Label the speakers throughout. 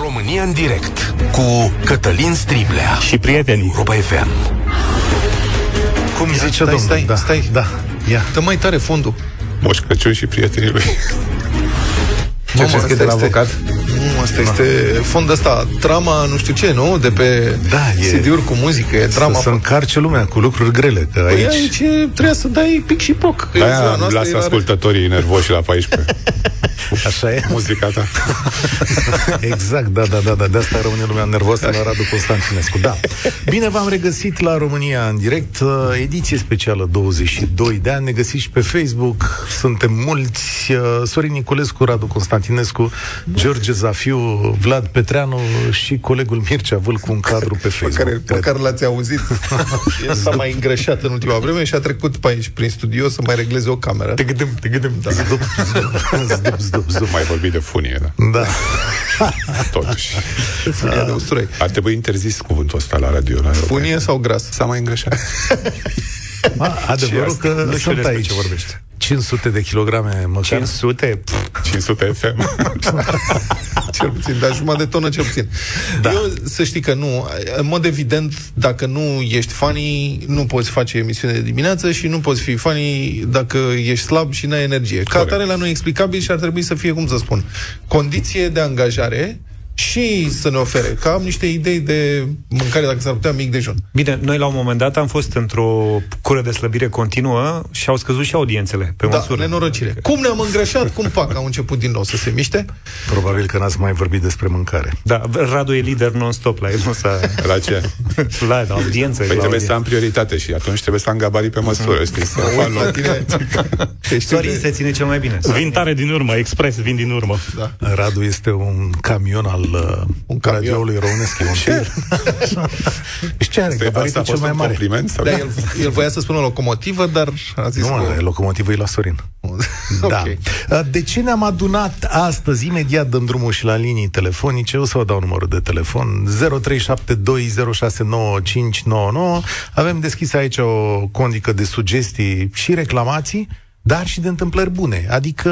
Speaker 1: România în direct cu Cătălin Striblea
Speaker 2: și prietenii.
Speaker 1: Europa FM.
Speaker 3: Cum Ia, zice
Speaker 4: stai,
Speaker 3: domnul?
Speaker 4: stai,
Speaker 3: da,
Speaker 4: stai.
Speaker 3: Da, ia.
Speaker 4: Dă mai tare fondul.
Speaker 2: Moș Crăciun și prietenii lui.
Speaker 3: Ce crezi că e de la
Speaker 4: asta este-
Speaker 3: avocat? Da.
Speaker 4: Nu, asta este fondul ăsta, trama nu știu ce, nu? De pe
Speaker 3: Da, e-
Speaker 4: CD-uri cu muzică, e
Speaker 3: Să,
Speaker 4: trama.
Speaker 3: să încarce lumea cu lucruri grele, că
Speaker 4: Păi
Speaker 3: aici...
Speaker 4: aici e- trebuie să dai pic și proc. că e ziua
Speaker 2: Aia
Speaker 4: noastră, e
Speaker 2: Da, lasă
Speaker 4: la-
Speaker 2: ascultătorii nervoși la 14.
Speaker 3: Așa e?
Speaker 2: Muzica ta.
Speaker 3: Exact, da, da, da, da. De asta rămâne lumea nervoasă la Radu Constantinescu. Da. Bine v-am regăsit la România în direct, uh, ediție specială 22 de ani. Ne găsiți și pe Facebook. Suntem mulți. uh, Sorin Niculescu, Radu Constantinescu, George Zafiu, Vlad Petreanu și colegul Mircea Vâlcu, un cadru pe Facebook.
Speaker 4: Care,
Speaker 3: cred.
Speaker 4: măcar l-ați auzit. El s-a mai îngreșat în ultima vreme și a trecut pe aici, prin studio, să mai regleze o cameră.
Speaker 3: Te gândim, te gândim, da. Zdup, zdup, zdup, zdup, zdup.
Speaker 2: Mai vorbi de funie, da.
Speaker 3: Da.
Speaker 2: Totuși.
Speaker 4: Furia de usturoi.
Speaker 2: Ar trebui interzis cuvântul ăsta la radio. La Europa.
Speaker 4: Funie sau gras?
Speaker 2: S-a mai îngreșat.
Speaker 3: A, adevărul
Speaker 2: asta?
Speaker 3: că
Speaker 2: Nu știu
Speaker 3: sunt
Speaker 2: despre
Speaker 3: aici.
Speaker 2: ce vorbești.
Speaker 3: 500 de kilograme măcar.
Speaker 5: 500? Pf,
Speaker 2: 500 FM.
Speaker 4: Cel puțin, dar jumătate de tonă cel puțin. Da. Eu să știi că nu, în mod evident, dacă nu ești funny, nu poți face emisiune de dimineață și nu poți fi funny dacă ești slab și n-ai energie. Ca
Speaker 2: Corect.
Speaker 4: atare la noi e explicabil și ar trebui să fie, cum să spun, condiție de angajare și să ne ofere. Că am niște idei de mâncare, dacă s-ar putea, mic dejun.
Speaker 5: Bine, noi la un moment dat am fost într-o cură de slăbire continuă și au scăzut și audiențele pe
Speaker 4: Da,
Speaker 5: măsură.
Speaker 4: nenorocire. Cum ne-am îngrășat? Cum pac? Au început din nou să se miște?
Speaker 3: Probabil că n-ați mai vorbit despre mâncare.
Speaker 5: Da, Radu e lider non-stop la el, nu s-a...
Speaker 2: La ce?
Speaker 5: La, la audiență.
Speaker 2: Păi
Speaker 5: la
Speaker 2: trebuie
Speaker 5: audiență.
Speaker 2: să am prioritate și atunci trebuie să am gabarit pe măsură, știi? Să fac
Speaker 4: Uite la
Speaker 2: loc.
Speaker 4: tine. Te știu
Speaker 5: Sorin
Speaker 4: de-
Speaker 5: se ține cel mai bine.
Speaker 2: Vin tare din urmă, expres vin din urmă.
Speaker 3: Radu este un camion al uh,
Speaker 4: Un camion.
Speaker 3: radioului românesc. E un șer. Și ce are?
Speaker 2: Asta
Speaker 3: Gabaritul
Speaker 2: a
Speaker 3: cel
Speaker 2: fost
Speaker 3: mai
Speaker 2: un
Speaker 3: mare.
Speaker 2: compliment? Sau
Speaker 4: Da, el, el voia să spună locomotivă, dar a zis
Speaker 3: Nu,
Speaker 4: că...
Speaker 3: mă, locomotivul e la Sorin. Da.
Speaker 4: Ok.
Speaker 3: Uh, De ce ne-am adunat astăzi? Imediat dăm drumul și la linii telefonice. O să vă dau numărul de telefon. 0372069599. Avem deschis aici o condică de sugestii și reclamații, dar și de întâmplări bune. Adică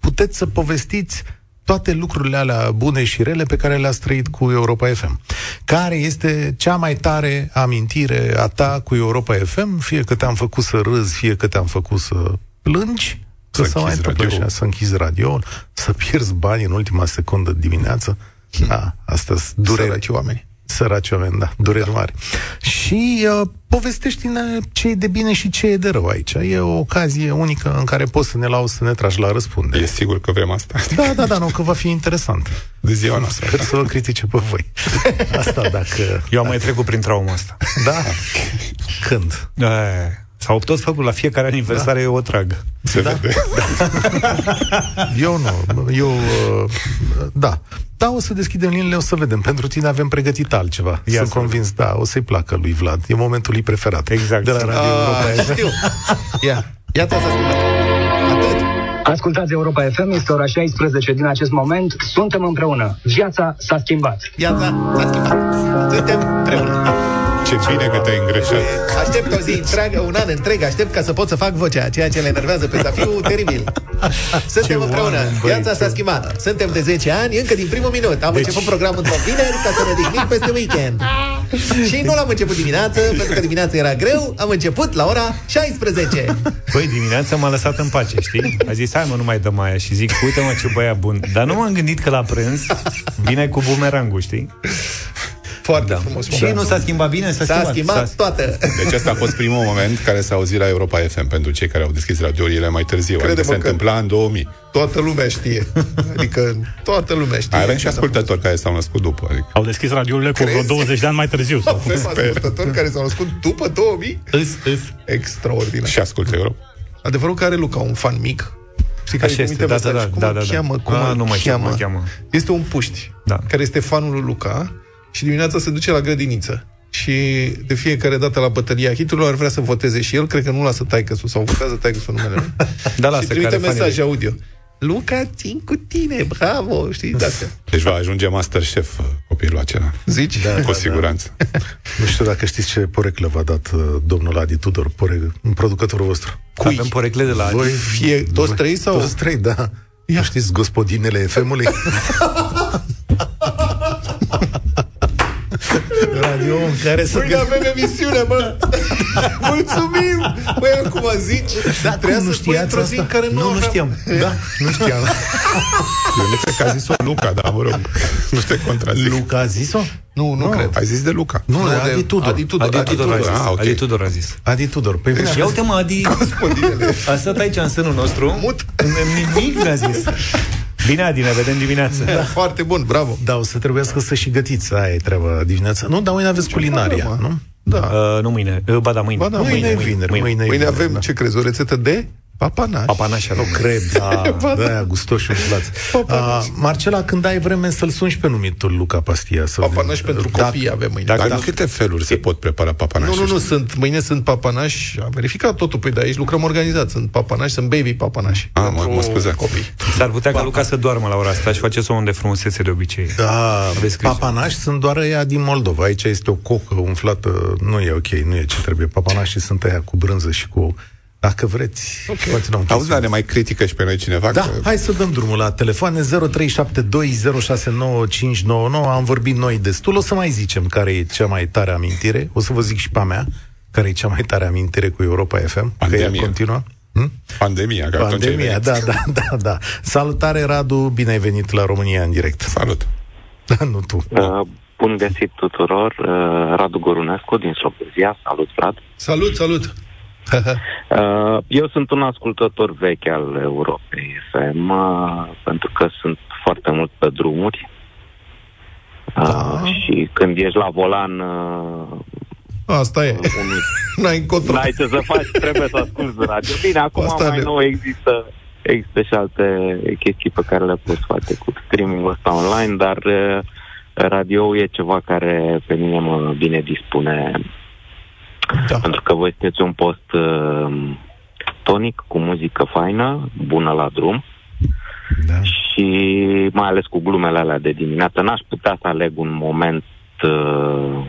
Speaker 3: puteți să povestiți toate lucrurile alea bune și rele pe care le-ați trăit cu Europa FM. Care este cea mai tare amintire a ta cu Europa FM? Fie că te-am făcut să râzi, fie că te-am făcut să plângi, Că
Speaker 2: Să
Speaker 3: să mai
Speaker 2: închizi
Speaker 3: întâmplă
Speaker 2: radioul.
Speaker 3: așa, să închizi radioul, să pierzi bani în ultima secundă dimineață.
Speaker 2: Hmm.
Speaker 3: Da, asta sunt dureri.
Speaker 4: Săraci oameni.
Speaker 3: Săraci oameni, da, dureri mari. Și uh, povestește-ne ce e de bine și ce e de rău aici. E o ocazie unică în care poți să ne lauzi, să ne tragi la răspunde.
Speaker 2: E sigur că vrem asta.
Speaker 3: Da, da, da, nu, că va fi interesant.
Speaker 2: De ziua noastră. da.
Speaker 3: Sper să vă critice pe voi. Asta dacă...
Speaker 5: Da, Eu am mai trecut prin trauma asta.
Speaker 3: Da? Când?
Speaker 2: Da.
Speaker 5: E, S-au tot făcut la fiecare aniversare, eu o trag. Da.
Speaker 2: Se vede.
Speaker 3: Eu nu. Eu... uh, Da. Da, o să deschidem liniile, o să vedem. Pentru tine avem pregătit altceva.
Speaker 5: Ia
Speaker 3: Ia Sunt
Speaker 5: să vedem.
Speaker 3: convins, da, o să-i placă lui Vlad. E momentul lui preferat.
Speaker 5: Exact.
Speaker 3: De la Radio Europa.
Speaker 4: A, Ah, știu. Ia. Iată ați ascultat. Atât.
Speaker 6: Ascultați Europa FM, este ora 16 din acest moment. Suntem împreună. Viața s-a schimbat.
Speaker 4: Iată, s-a schimbat. Suntem împreună.
Speaker 2: Ce bine că te-ai îngreșat.
Speaker 4: Aștept o zi întreagă, un an întreg, aștept ca să pot să fac vocea, ceea ce le enervează pe Zafiu, teribil. Suntem
Speaker 3: Ce
Speaker 4: împreună,
Speaker 3: oameni, băi, Deci-
Speaker 4: viața s-a schimbat. Suntem de 10 ani, încă din primul minut. Am început programul într-o vineri ca să ne odihnim peste weekend. Și nu l-am început dimineață, pentru că dimineața era greu, am început la ora 16.
Speaker 5: Băi, Păi, dimineața m-a lăsat în pace, știi? A zis, hai mă, nu mai dăm aia și zic, uite mă ce băiat bun. Dar nu m-am gândit că la prânz vine cu bumerangul, știi?
Speaker 4: Foarte da. frumos.
Speaker 5: Și nu s-a schimbat bine, s-a,
Speaker 4: S-a schimbat
Speaker 5: s-a-
Speaker 4: toată.
Speaker 2: Deci asta a fost primul moment care s-a auzit la Europa FM pentru cei care au deschis radiourile mai târziu. Adică
Speaker 4: Crede-mă
Speaker 2: se
Speaker 4: că-
Speaker 2: întâmpla în 2000.
Speaker 4: Toată lumea știe. Adică toată lumea știe.
Speaker 2: Mai avem și ascultători care s-au născut după. Adică
Speaker 7: Au deschis radiourile cu vreo
Speaker 4: Crezi?
Speaker 7: 20 de ani mai târziu. Sau?
Speaker 4: Avem ascultători care s-au născut după 2000?
Speaker 5: Îs, îs.
Speaker 4: Extraordinar.
Speaker 2: și ascultă Europa.
Speaker 4: Adevărul că are Luca un fan mic. Știi că
Speaker 5: Așa
Speaker 4: îi
Speaker 5: este,
Speaker 4: trimite
Speaker 5: da,
Speaker 4: mesaj.
Speaker 5: da, da,
Speaker 4: cum
Speaker 5: da,
Speaker 4: îl
Speaker 5: da, da.
Speaker 4: cheamă, cum
Speaker 5: Ah,
Speaker 4: îl
Speaker 5: nu mai știu cum
Speaker 4: cheamă.
Speaker 5: îl cheamă.
Speaker 4: Este un puști,
Speaker 5: Da.
Speaker 4: care este fanul lui Luca și dimineața se duce la grădiniță. Și de fiecare dată la bătălia hiturilor ar vrea să voteze și el, cred că nu lasă taicăsul sau votează taicăsul numele lui.
Speaker 5: Da, lasă,
Speaker 4: și trimite
Speaker 5: care fan e
Speaker 4: mesaj audio. Luca, țin cu tine, bravo, știi, de astea.
Speaker 2: Deci va ajunge Masterchef uh, copilul acela.
Speaker 4: Zici? Da.
Speaker 2: Cu siguranță.
Speaker 3: Nu știu dacă știți ce poreclă v-a dat uh, domnul Adi Tudor, pore... producătorul vostru.
Speaker 4: Cui?
Speaker 5: Avem porecle de la Adi.
Speaker 3: Voi,
Speaker 4: Fie, toți trei sau?
Speaker 3: toți trei, da. Nu știți gospodinele FM-ului? e om care să...
Speaker 4: Păi avem emisiune, bă! Mulțumim! Băi, acum zici, da,
Speaker 3: Cum
Speaker 4: trebuia să spui într-o zi în care nu,
Speaker 3: nu, nu
Speaker 4: aveam-
Speaker 3: știam. Da, nu știam.
Speaker 2: Eu nu cred că a zis-o Luca, dar mă rog, nu te contrazic.
Speaker 3: Luca a zis-o?
Speaker 4: Nu, nu cred.
Speaker 2: Ai zis de Luca.
Speaker 3: Nu, nu
Speaker 4: de-
Speaker 3: Adi Tudor.
Speaker 4: Adi Tudor,
Speaker 5: Adi Tudor a
Speaker 2: Tudor,
Speaker 3: da,
Speaker 5: zis.
Speaker 2: ah, ok.
Speaker 5: Adi Tudor a zis.
Speaker 3: Adi Tudor. Păi,
Speaker 5: Ia uite mă, Adi
Speaker 4: Gospodinele.
Speaker 5: a stat aici în sânul nostru.
Speaker 4: Mut.
Speaker 5: Nimic n-a zis. Bine, Adi, ne vedem dimineața.
Speaker 4: Da. Foarte bun, bravo.
Speaker 3: da, o să trebuiască să și gătiți. Aia e treaba dimineața. Nu, dar mâine aveți culinaria,
Speaker 4: problemă?
Speaker 3: nu?
Speaker 4: Da.
Speaker 5: Uh, nu mâine. Uh, ba da, mâine.
Speaker 4: Ba da,
Speaker 3: Mâine, mâine, vineri. Mâine,
Speaker 5: mâine. Da.
Speaker 3: e
Speaker 4: Mâine
Speaker 3: vineri,
Speaker 4: avem, ce crezi, o rețetă de papanaș.
Speaker 5: Papanașa
Speaker 3: Nu
Speaker 5: română.
Speaker 3: cred, da, da, aia gustos și umflați.
Speaker 4: Papanaș.
Speaker 3: Uh, Marcela, când ai vreme să-l suni și pe numitul Luca Pastia. Să
Speaker 4: Papanaș Păi, pentru
Speaker 3: Păi, Dacă-
Speaker 4: copii avem mâine.
Speaker 2: Dar
Speaker 4: Dacă-
Speaker 2: în câte feluri se pot prepara
Speaker 4: Nu,
Speaker 2: papanașii?
Speaker 4: nu, nu, sunt, mâine sunt papanași, am verificat totul, păi de aici lucrăm organizat, sunt papanași, sunt baby papanași.
Speaker 2: Ah, mă, mă scuzați.
Speaker 4: Copii.
Speaker 5: S-ar putea ca Luca să doarmă la ora asta și face somn de frumusețe de obicei.
Speaker 3: Da,
Speaker 5: Aveți grijă.
Speaker 3: papanași sunt doar ea din Moldova. Aici este o cocă umflată. Nu e ok, nu e ce trebuie. Papanașii sunt aia cu brânză și cu... Dacă vreți, okay. continuăm.
Speaker 2: Auzi, dar ne mai critică și pe noi cineva?
Speaker 3: Da,
Speaker 2: că...
Speaker 3: hai să dăm drumul la telefoane 0372069599. Am vorbit noi destul. O să mai zicem care e cea mai tare amintire. O să vă zic și pe a mea care e cea mai tare amintire cu Europa FM. Că
Speaker 2: Pandemie.
Speaker 3: ea continuă. Hm?
Speaker 2: Pandemia, că atunci ai
Speaker 3: Pandemia,
Speaker 2: venit.
Speaker 3: da, da, da, da. Salutare, Radu, bine ai venit la România în direct.
Speaker 2: Salut.
Speaker 3: Da, nu tu.
Speaker 8: Uh, Bun găsit tuturor, uh, Radu Gorunescu din Slobozia, salut Vlad.
Speaker 4: Salut, salut!
Speaker 8: Uh, Eu sunt un ascultător vechi al Europei FM, uh, pentru că sunt foarte mult pe drumuri. Uh, Și când ești la volan, uh,
Speaker 4: Asta e,
Speaker 8: unii,
Speaker 4: n-ai încotro.
Speaker 8: n-ai ce să faci, trebuie să asculti de radio. Bine, acum
Speaker 4: Asta
Speaker 8: mai
Speaker 4: ne-
Speaker 8: nou există, există și alte chestii pe care le poți face cu streaming-ul ăsta online, dar uh, radio e ceva care pe mine mă bine dispune
Speaker 4: Da.
Speaker 8: Pentru că voi sunteți un post uh, tonic, cu muzică faină, bună la drum
Speaker 3: Da.
Speaker 8: și mai ales cu glumele alea de dimineață. N-aș putea să aleg un moment, uh,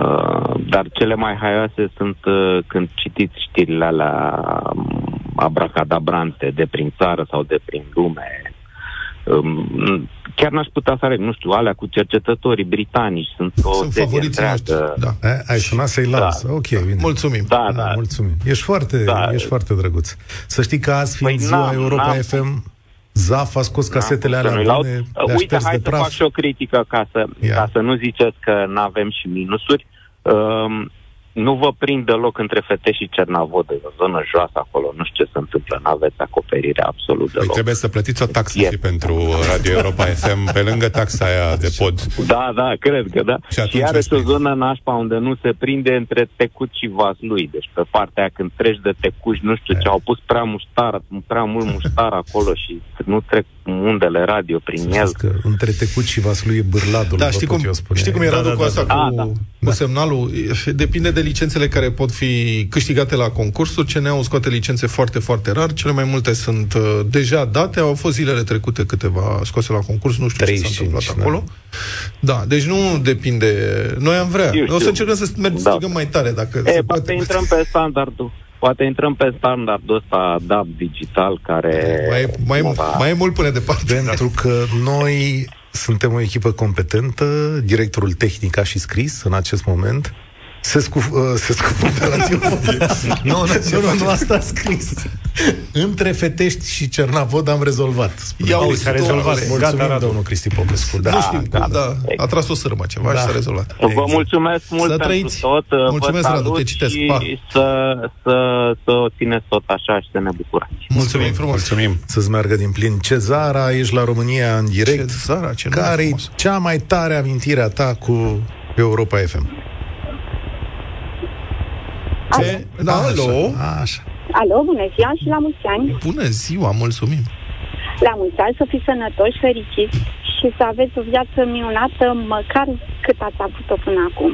Speaker 8: uh, dar cele mai haioase sunt uh, când citiți știrile alea um, abracadabrante de prin țară sau de prin lume. Um, Chiar n-aș putea să aleg, nu știu, alea cu cercetătorii britanici. Sunt o
Speaker 4: Sunt
Speaker 8: serie
Speaker 4: favoriții noștri.
Speaker 8: întreagă.
Speaker 4: Da.
Speaker 3: A, ai sunat să-i lauzi. Da. Ok, bine.
Speaker 4: Mulțumim.
Speaker 8: Da, da.
Speaker 3: Da, mulțumim. Ești foarte, da.
Speaker 8: Da.
Speaker 3: ești foarte drăguț. Să știi că azi, fiind
Speaker 8: Păi
Speaker 3: ziua
Speaker 8: n-am,
Speaker 3: Europa
Speaker 8: n-am.
Speaker 3: FM, Zaf a scos casetele
Speaker 8: Să
Speaker 3: alea
Speaker 8: nu-i laud.
Speaker 3: bune, le-a
Speaker 8: Uite,
Speaker 3: șters
Speaker 8: hai
Speaker 3: de
Speaker 8: să fac
Speaker 3: praf.
Speaker 8: și o critică ca să,
Speaker 3: Ia.
Speaker 8: ca să nu ziceți că nu avem și minusuri. Um, nu vă prind deloc între fete și Cernavodă, e o zonă joasă acolo, nu știu ce se întâmplă, nu aveți acoperire absolut
Speaker 2: Păi
Speaker 8: deloc.
Speaker 2: trebuie să plătiți o taxă
Speaker 8: E.
Speaker 2: și pentru Radio Europa FM, pe lângă taxa aia de pod.
Speaker 8: Da, da, cred că da.
Speaker 2: Și
Speaker 8: Și,
Speaker 2: atunci
Speaker 8: și iarăși
Speaker 2: îți
Speaker 8: o
Speaker 2: prind.
Speaker 8: zonă nașpa unde nu se prinde între Tecuci și Vaslui. Deci pe partea aia când treci de Tecuci, nu știu ce, au pus prea muștar, prea mult muștar acolo și nu trec undele radio prin el.
Speaker 3: Știți Că între tecut și vaslui e bârladul,
Speaker 4: Da,
Speaker 3: vă
Speaker 4: știi
Speaker 3: pot
Speaker 4: cum,
Speaker 3: eu spune.
Speaker 4: știi cum e
Speaker 3: Da,
Speaker 4: Radu
Speaker 3: da,
Speaker 4: cu
Speaker 3: da,
Speaker 4: asta,
Speaker 3: da.
Speaker 8: da.
Speaker 4: cu,
Speaker 8: Ah, da.
Speaker 4: cu semnalul? Depinde de licențele care pot fi câștigate la concursuri. CNA-ul scoate licențe foarte, foarte rar. Cele mai multe sunt uh, deja date. Au fost zilele trecute câteva scoase la concurs. Nu știu
Speaker 3: 35,
Speaker 4: ce s-a întâmplat
Speaker 3: da.
Speaker 4: acolo. Da, deci nu depinde... Noi am vrea.
Speaker 8: Eu
Speaker 4: O să
Speaker 8: știu.
Speaker 4: încercăm să merg,
Speaker 8: Da.
Speaker 4: strigăm mai tare dacă
Speaker 8: E,
Speaker 4: se
Speaker 8: poate intrăm pe standardul. Poate intrăm pe standardul ăsta DAB digital care...
Speaker 4: Mai, e- mai, e-
Speaker 8: cumva-
Speaker 4: mai e mult până departe.
Speaker 3: Pentru că noi suntem o echipă competentă, directorul tehnic a și scris în acest moment. Se, scuf, uh, se scufundă la nu, nu, nu, nu, asta a scris. Între Fetești și Cernavod am rezolvat. spune.
Speaker 4: Ia
Speaker 5: Auzi, s-a
Speaker 4: uite,
Speaker 5: rezolvat.
Speaker 4: domnule,
Speaker 5: Gata,
Speaker 3: Mulțumim,
Speaker 5: Radu.
Speaker 3: domnul Cristi Popescu. Da.
Speaker 4: nu știm
Speaker 8: da,
Speaker 4: cum, da.
Speaker 8: da.
Speaker 4: A tras o sârmă ceva
Speaker 3: Da.
Speaker 4: și s-a rezolvat.
Speaker 8: Vă mulțumesc mult
Speaker 4: exact.
Speaker 8: pentru
Speaker 4: Să trăiți.
Speaker 8: tot. vă
Speaker 4: Mulțumesc,
Speaker 8: salut
Speaker 4: Radu, te citesc.
Speaker 8: Și
Speaker 4: Pa.
Speaker 8: să, să, să o țineți tot așa și să ne bucurați.
Speaker 4: Mulțumim frumos.
Speaker 2: Mulțumim.
Speaker 3: Să-ți meargă din plin. Cezara, ești la România în direct.
Speaker 4: Cezara, ce nume
Speaker 3: care e
Speaker 4: frumos.
Speaker 3: cea mai tare amintire a ta cu Europa FM?
Speaker 4: Ce? Da, alo?
Speaker 3: Așa. așa.
Speaker 9: Alo, bună ziua și la mulți ani.
Speaker 4: Bună ziua, mulțumim.
Speaker 9: La mulți ani să fiți sănătoși, fericiți și să aveți o viață minunată, măcar cât ați avut-o până acum.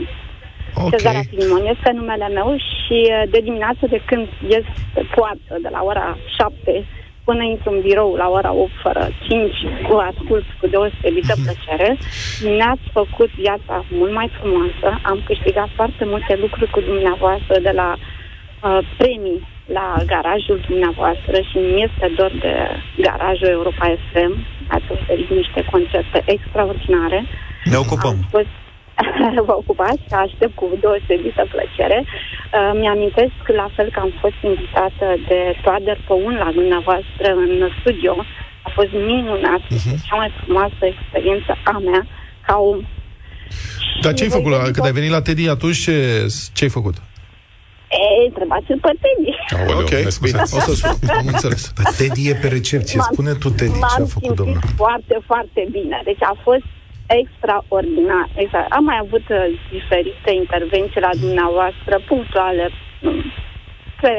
Speaker 4: Ok.
Speaker 9: Okay. Cezara Filimon este numele meu și uh, de dimineață de când ies pe poartă de la ora 7 până intru în birou la ora 8 fără 5, o ascult cu deosebită
Speaker 5: Mhm.
Speaker 9: plăcere. Ne-ați făcut viața mult mai frumoasă, am câștigat foarte multe lucruri cu dumneavoastră de la uh, premii la garajul dumneavoastră și mi este dor de garajul Europa FM. Ați oferit niște concerte extraordinare.
Speaker 5: Ne
Speaker 9: Am
Speaker 5: ocupăm.
Speaker 9: fost vă ocupați, aștept cu deosebită plăcere. Uh, Mi-amintesc la fel că am fost invitată de Toader Păun la dumneavoastră în studio. A fost minunat, uh-huh. cea mai frumoasă experiență a mea ca om.
Speaker 4: Dar
Speaker 9: Și
Speaker 4: ce-ai
Speaker 9: voi
Speaker 4: făcut? La,
Speaker 9: veni
Speaker 4: când ai venit la Teddy atunci, ce, ce-ai făcut?
Speaker 9: E, întrebați-l pe Teddy.
Speaker 2: Aoleu,
Speaker 4: ok,
Speaker 2: okay, ne
Speaker 4: bine,
Speaker 2: scuzați.
Speaker 4: o să spun, am înțeles.
Speaker 3: Dar Teddy e pe recepție.
Speaker 9: M-am-
Speaker 3: Spune tu, Teddy, ce a
Speaker 9: M-am
Speaker 3: făcut
Speaker 9: simțit
Speaker 3: domnul.
Speaker 9: foarte, foarte bine. Deci a fost extraordinar. Exact. Am mai avut uh, diferite intervenții la dumneavoastră, punctuale, m, pe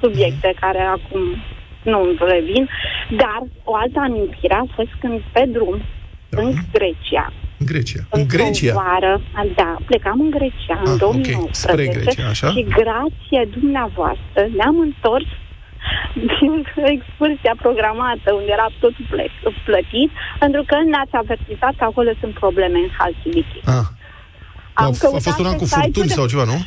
Speaker 9: subiecte care acum nu îmi revin, dar o altă amintire a fost când pe drum în
Speaker 3: Da.
Speaker 9: Grecia.
Speaker 4: În Grecia. În Grecia?
Speaker 9: O vară, da, plecam în Grecia în
Speaker 4: Ah, ok.
Speaker 9: 2019
Speaker 4: Spre Grecia, așa.
Speaker 9: și grație dumneavoastră ne-am întors din excursia programată unde era totul plec- plătit, pentru că ne-ați avertizat că acolo sunt probleme în Halkidiki.
Speaker 4: Ah. A,
Speaker 9: Am
Speaker 4: a
Speaker 9: căutat
Speaker 4: fost un an
Speaker 9: pe
Speaker 4: cu
Speaker 9: site-ul
Speaker 4: furtuni
Speaker 9: de-
Speaker 4: sau ceva, nu?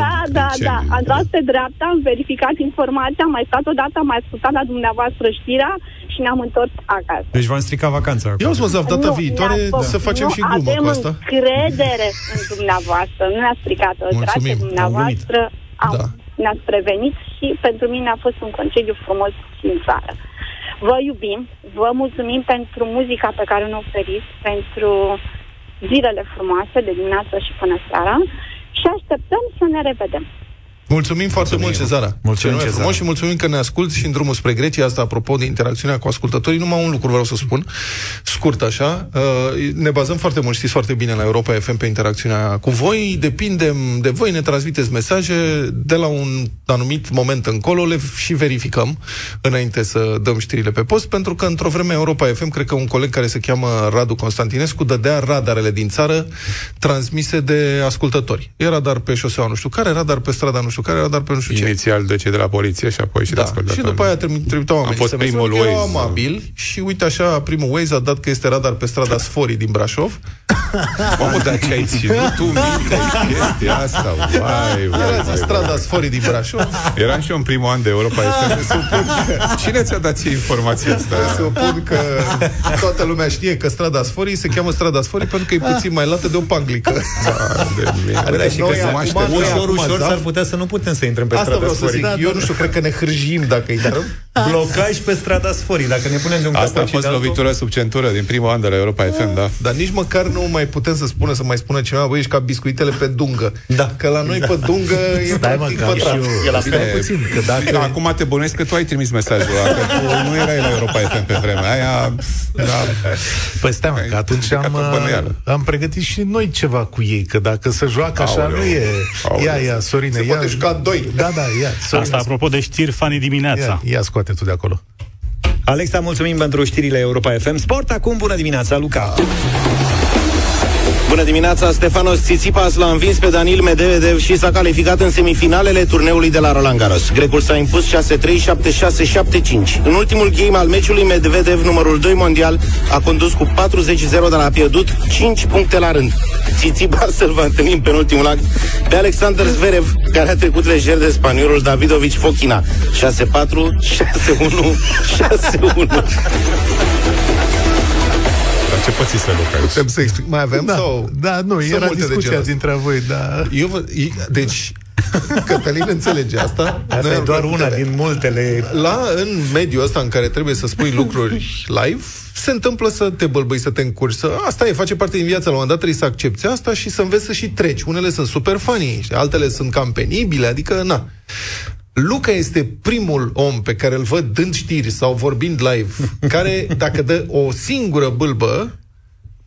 Speaker 9: Da, da,
Speaker 2: incendiu,
Speaker 9: da. Am
Speaker 2: da.
Speaker 9: dat pe dreapta, am verificat informația, am mai stat odată, am mai ascultat la dumneavoastră știrea și ne-am întors acasă.
Speaker 5: Deci v-am stricat vacanța acum.
Speaker 4: Eu mă, Zav, data
Speaker 9: Nu,
Speaker 4: viitoare
Speaker 9: ne-am făcut-
Speaker 4: să facem
Speaker 9: nu
Speaker 4: și glumă
Speaker 9: avem
Speaker 4: cu asta.
Speaker 9: încredere în dumneavoastră. Nu ne-a stricat o
Speaker 4: Mulțumim,
Speaker 9: grație
Speaker 4: am
Speaker 9: dumneavoastră. Am,
Speaker 4: Da.
Speaker 9: Ne-ați prevenit și pentru mine a fost un concediu frumos și în țară. Vă iubim, vă mulțumim pentru muzica pe care ne oferiți, pentru zilele frumoase de dimineață și până seara și așteptăm să ne revedem.
Speaker 4: Mulțumim foarte mult, Cezara.
Speaker 5: Mulțumim,
Speaker 4: Ce nume
Speaker 5: Cezara.
Speaker 4: frumos și mulțumim că ne asculti și în drumul spre Grecia. Asta, apropo de interacțiunea cu ascultătorii, numai un lucru vreau să spun, scurt așa. Uh, Ne bazăm foarte mult, știți foarte bine, la Europa FM pe interacțiunea cu voi. Depindem de voi, ne transmiteți mesaje de la un anumit moment încolo, le și verificăm înainte să dăm știrile pe post, pentru că într-o vreme Europa FM, cred că un coleg care se cheamă Radu Constantinescu dădea radarele din țară transmise de ascultători. E radar pe șoseaua nu știu care, radar pe strada nu știu care, radar pe nu știu ce.
Speaker 2: Inițial de ce de la poliție și apoi și de
Speaker 4: Da. Și
Speaker 2: ascultători.
Speaker 4: după aia trimit- trimiteau oamenii
Speaker 2: fost
Speaker 4: SMS-uri,
Speaker 2: primul
Speaker 4: erau
Speaker 2: Waze.
Speaker 4: amabil și uite așa, primul Waze a dat că este radar pe strada Sforii din Brașov.
Speaker 2: Mamă, dar ce ai ținut tu minte chestia asta? Vai, vai,
Speaker 4: Era
Speaker 2: vai,
Speaker 4: zis
Speaker 2: vai.
Speaker 4: strada Sforii din Brașov.
Speaker 2: Eram și eu în primul an de Europa FM. Supun. Cine ți-a dat ție informația asta?
Speaker 4: Supun că toată lumea știe că strada Sforii se cheamă strada Sforii pentru că e puțin mai lată de o panglică.
Speaker 2: De mine.
Speaker 4: Adică
Speaker 5: și că
Speaker 4: noi
Speaker 5: se
Speaker 4: acum-
Speaker 5: aștept,
Speaker 4: noi
Speaker 5: ușor,
Speaker 4: acum,
Speaker 5: ușor
Speaker 4: Zaf,
Speaker 5: s-ar putea să nu putem să intrăm pe
Speaker 4: Asta
Speaker 5: strada
Speaker 4: vreau să
Speaker 5: Sforii.
Speaker 4: zic. Da, Eu nu știu, cred că ne hârjim dacă îi dărâm.
Speaker 5: Blocaj pe strada Sforii. Dacă ne punem de un
Speaker 2: Asta a
Speaker 5: capac și
Speaker 2: fost
Speaker 5: de altul-
Speaker 2: lovitură sub centură din primul an de la Europa FM, da?
Speaker 4: Dar nici măcar nu mai putem să spună, să mai spună cineva, băi, ești ca biscuitele pe dungă.
Speaker 5: Da.
Speaker 4: Că la noi pe dungă e
Speaker 3: Stai mă,
Speaker 4: practic
Speaker 3: că am și
Speaker 4: pătrat.
Speaker 3: eu.
Speaker 7: E la
Speaker 3: Stai puțin, că dacă...
Speaker 4: Da,
Speaker 2: Acum te bănuiesc că tu ai trimis mesajul ăla, că tu nu erai la Europa FM pe vremea aia. Da.
Speaker 3: Păi stai mă, că atunci
Speaker 2: ridicat
Speaker 3: am,
Speaker 2: o bănuială.
Speaker 3: uh, am pregătit și noi ceva cu ei, că dacă se joacă așa
Speaker 2: Aoleu.
Speaker 3: nu e... Ia, ia, Sorine,
Speaker 4: Se
Speaker 3: ia...
Speaker 4: poate juca doi.
Speaker 3: Da, da, ia, Sorine,
Speaker 7: Asta apropo de știri fanii
Speaker 3: ia,
Speaker 7: dimineața.
Speaker 3: ia scoate tu de acolo.
Speaker 5: Alexa, mulțumim pentru știrile Europa FM Sport. Acum, bună dimineața, Luca!
Speaker 10: Bună dimineața, Stefanos Tsitsipas l-a învins pe Danil Medvedev și s-a calificat în semifinalele turneului de la Roland Garros. Grecul s-a impus 6-3, 7-6, 7-5. În ultimul game al meciului, Medvedev, numărul 2 mondial, a condus cu 40-0, dar a pierdut 5 puncte la rând. Tsitsipas îl va întâlni în penultimul act pe Alexander Zverev, care a trecut lejer de spaniolul Davidovic Fochina. 6-4, 6-1, 6-1.
Speaker 2: Dar ce păți să Luca?
Speaker 4: Putem să explic. Mai avem?
Speaker 3: Da,
Speaker 4: sau...
Speaker 3: da nu,
Speaker 4: Sunt
Speaker 3: era
Speaker 4: multe de
Speaker 3: discuția
Speaker 4: genul ăsta.
Speaker 3: dintre voi, da...
Speaker 4: Eu vă... e- Deci, Cătălin înțelege asta.
Speaker 5: Asta
Speaker 4: Noi
Speaker 5: e
Speaker 4: am
Speaker 5: doar
Speaker 4: vorbit
Speaker 5: una
Speaker 4: de-
Speaker 5: din multele
Speaker 4: La, în mediul ăsta în care trebuie să spui lucruri live, se întâmplă să te bălbăi, să te încurci. Să... Asta e, face parte din viața. La un moment dat trebuie să accepti asta și să înveți să și treci. Unele sunt super funny, știi, altele sunt cam penibile, adică, na. Luca este primul om pe care îl văd dând știri sau vorbind live, care, dacă dă o singură bâlbă,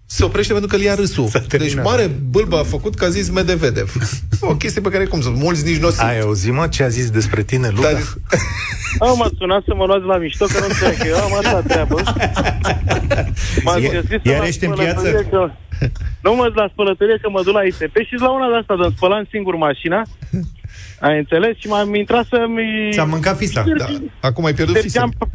Speaker 4: se oprește pentru că îl ia râsul. Deci mare bâlbă a făcut că a zis Medvedev. O chestie pe care, cum să mulți nici nu o simt.
Speaker 3: Ai auzit, mă, ce a zis despre tine, Luca?
Speaker 4: Dar
Speaker 10: Am ați sunat să mă luați la mișto, că nu înțeleg, că eu am asta treabă. M-ați
Speaker 5: Iar-
Speaker 10: găsit
Speaker 5: iar
Speaker 10: la
Speaker 5: ești în
Speaker 10: spălătorie
Speaker 5: piață?
Speaker 10: Că... Nu mă duc la spălătorie, că mă duc la ITP și la una de asta, de spălam singur mașina. Ai înțeles? Și m-am intrat să-mi...
Speaker 5: Ți-am mâncat fisa.
Speaker 4: da, acum ai pierdut
Speaker 10: ștergeam,
Speaker 4: fisele.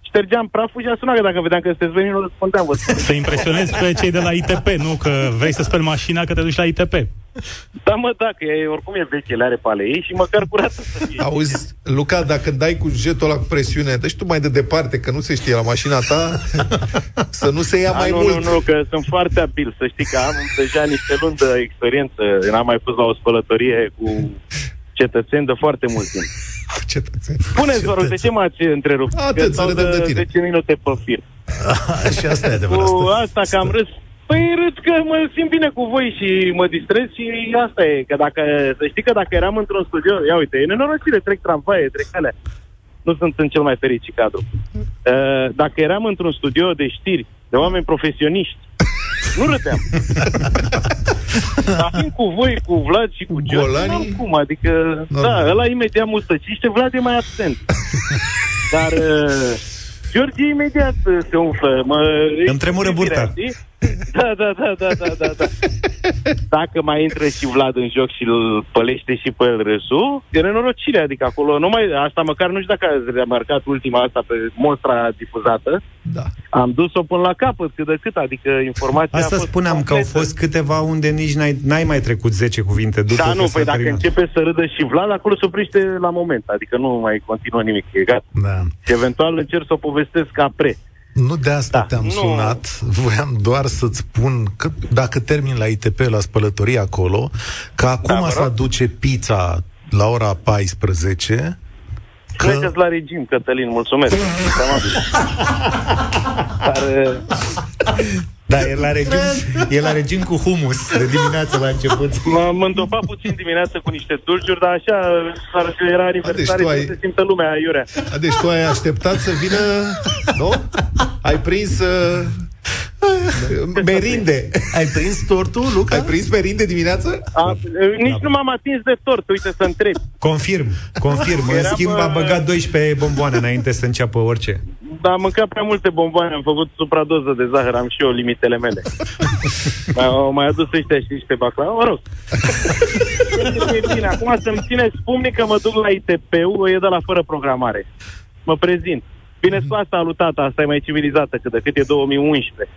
Speaker 10: ștergeam praful și a sunat că dacă vedeam că sunteți veni, nu răspundeam. Vă spun.
Speaker 7: Să impresionezi pe cei de la ITP, nu? Că vrei să speli mașina, că te duci la ITP.
Speaker 11: Da, mă, dacă e, oricum e veche, le are pe ale ei și măcar curată să fie.
Speaker 4: Auzi, Luca, dacă dai cu jetul ăla cu presiune, deci tu mai de departe, că nu se știe la mașina ta, să nu se ia
Speaker 11: A,
Speaker 4: mai
Speaker 11: Da, nu,
Speaker 4: mult.
Speaker 11: Nu, nu, că sunt foarte abil, să știi că am deja niște luni de experiență. N-am mai fost la o spălătorie cu cetățeni de foarte mult timp.
Speaker 4: Cetățeni.
Speaker 11: Spuneți, vă rog, de ce m-ați întrerupt?
Speaker 4: A, te
Speaker 11: Că stau
Speaker 4: înțelegem de tine.
Speaker 11: 10 minute pe fir.
Speaker 3: și asta e adevărat.
Speaker 11: Cu asta că am râs. Păi râd că mă simt bine cu voi și mă distrez și asta e. Că dacă, să știi că dacă eram într-un studio, ia uite, e nenorocire, trec tramvaie, trec alea. Nu sunt în cel mai fericit cadru. Uh, Dacă eram într-un studio de știri, de oameni profesioniști, nu râdeam. Dar fiind cu voi, cu Vlad și cu George,
Speaker 4: Golanii?
Speaker 11: n-am cum, adică,
Speaker 4: Normal.
Speaker 11: da, ăla imediat mustăciște, Vlad e mai absent. Dar uh, George imediat uh, se umflă. Mă,
Speaker 5: Îmi tremură burta.
Speaker 11: știi? Da, da, da, da, da, da, da. Dacă mai intră și Vlad în joc și îl pălește și pe el râsul, e nenorocire, adică acolo, nu mai, asta măcar nu știu dacă ați remarcat ultima asta pe mostra difuzată,
Speaker 4: Da.
Speaker 11: am dus-o până la capăt, cât de cât, adică informația a
Speaker 5: Asta
Speaker 11: fost
Speaker 5: spuneam că au
Speaker 11: completă.
Speaker 5: fost câteva unde nici n-ai, n-ai mai trecut 10 cuvinte după
Speaker 11: Da,
Speaker 5: că
Speaker 11: nu,
Speaker 5: s-a
Speaker 11: păi dacă
Speaker 5: terminat.
Speaker 11: începe să râdă și Vlad, acolo se oprește la moment, adică nu mai continuă nimic, e gata.
Speaker 3: Da.
Speaker 11: Și eventual încerc să o povestesc ca pre.
Speaker 3: Nu de asta
Speaker 11: Da,
Speaker 3: te-am
Speaker 11: nu.
Speaker 3: sunat, voiam doar să-ți spun că dacă termin la ITP, la spălătorie acolo, că
Speaker 11: vă
Speaker 3: acum da,
Speaker 11: rog.
Speaker 3: se aduce pizza la ora 14,
Speaker 11: Că... Mergeți la regim, Cătălin, mulțumesc. Dar, uh,
Speaker 5: Da, e la, regim, e la regim cu humus de dimineață la început.
Speaker 11: m-am întopat puțin dimineață cu niște dulciuri, dar așa, parcă era aniversare
Speaker 4: tu
Speaker 11: deci
Speaker 4: ai-
Speaker 11: și se simtă lumea aiurea.
Speaker 4: A, Deci tu ai așteptat să vină, nu? Ai prins... Uh, merinde.
Speaker 3: ai prins tortul, Luca?
Speaker 4: Ai prins merinde dimineață?
Speaker 11: A, nici nu m-am atins de tort, uite să întreb.
Speaker 5: Confirm, confirm. În
Speaker 11: Eram,
Speaker 5: schimb,
Speaker 11: uh,
Speaker 5: a băgat 12 bomboane înainte să înceapă orice.
Speaker 11: Dar am mâncat prea multe bomboane, am făcut supradoză de zahăr, am și eu limitele mele. Au mai adus ăștia și niște bacla, mă rog. e bine, acum să-mi țineți pumnii că mă duc la ITP-ul, e de la fără programare. Mă prezint. Bine,
Speaker 4: Mhm.
Speaker 11: mm-hmm. asta a lui tata, asta e mai civilizată, că de cât e 2011.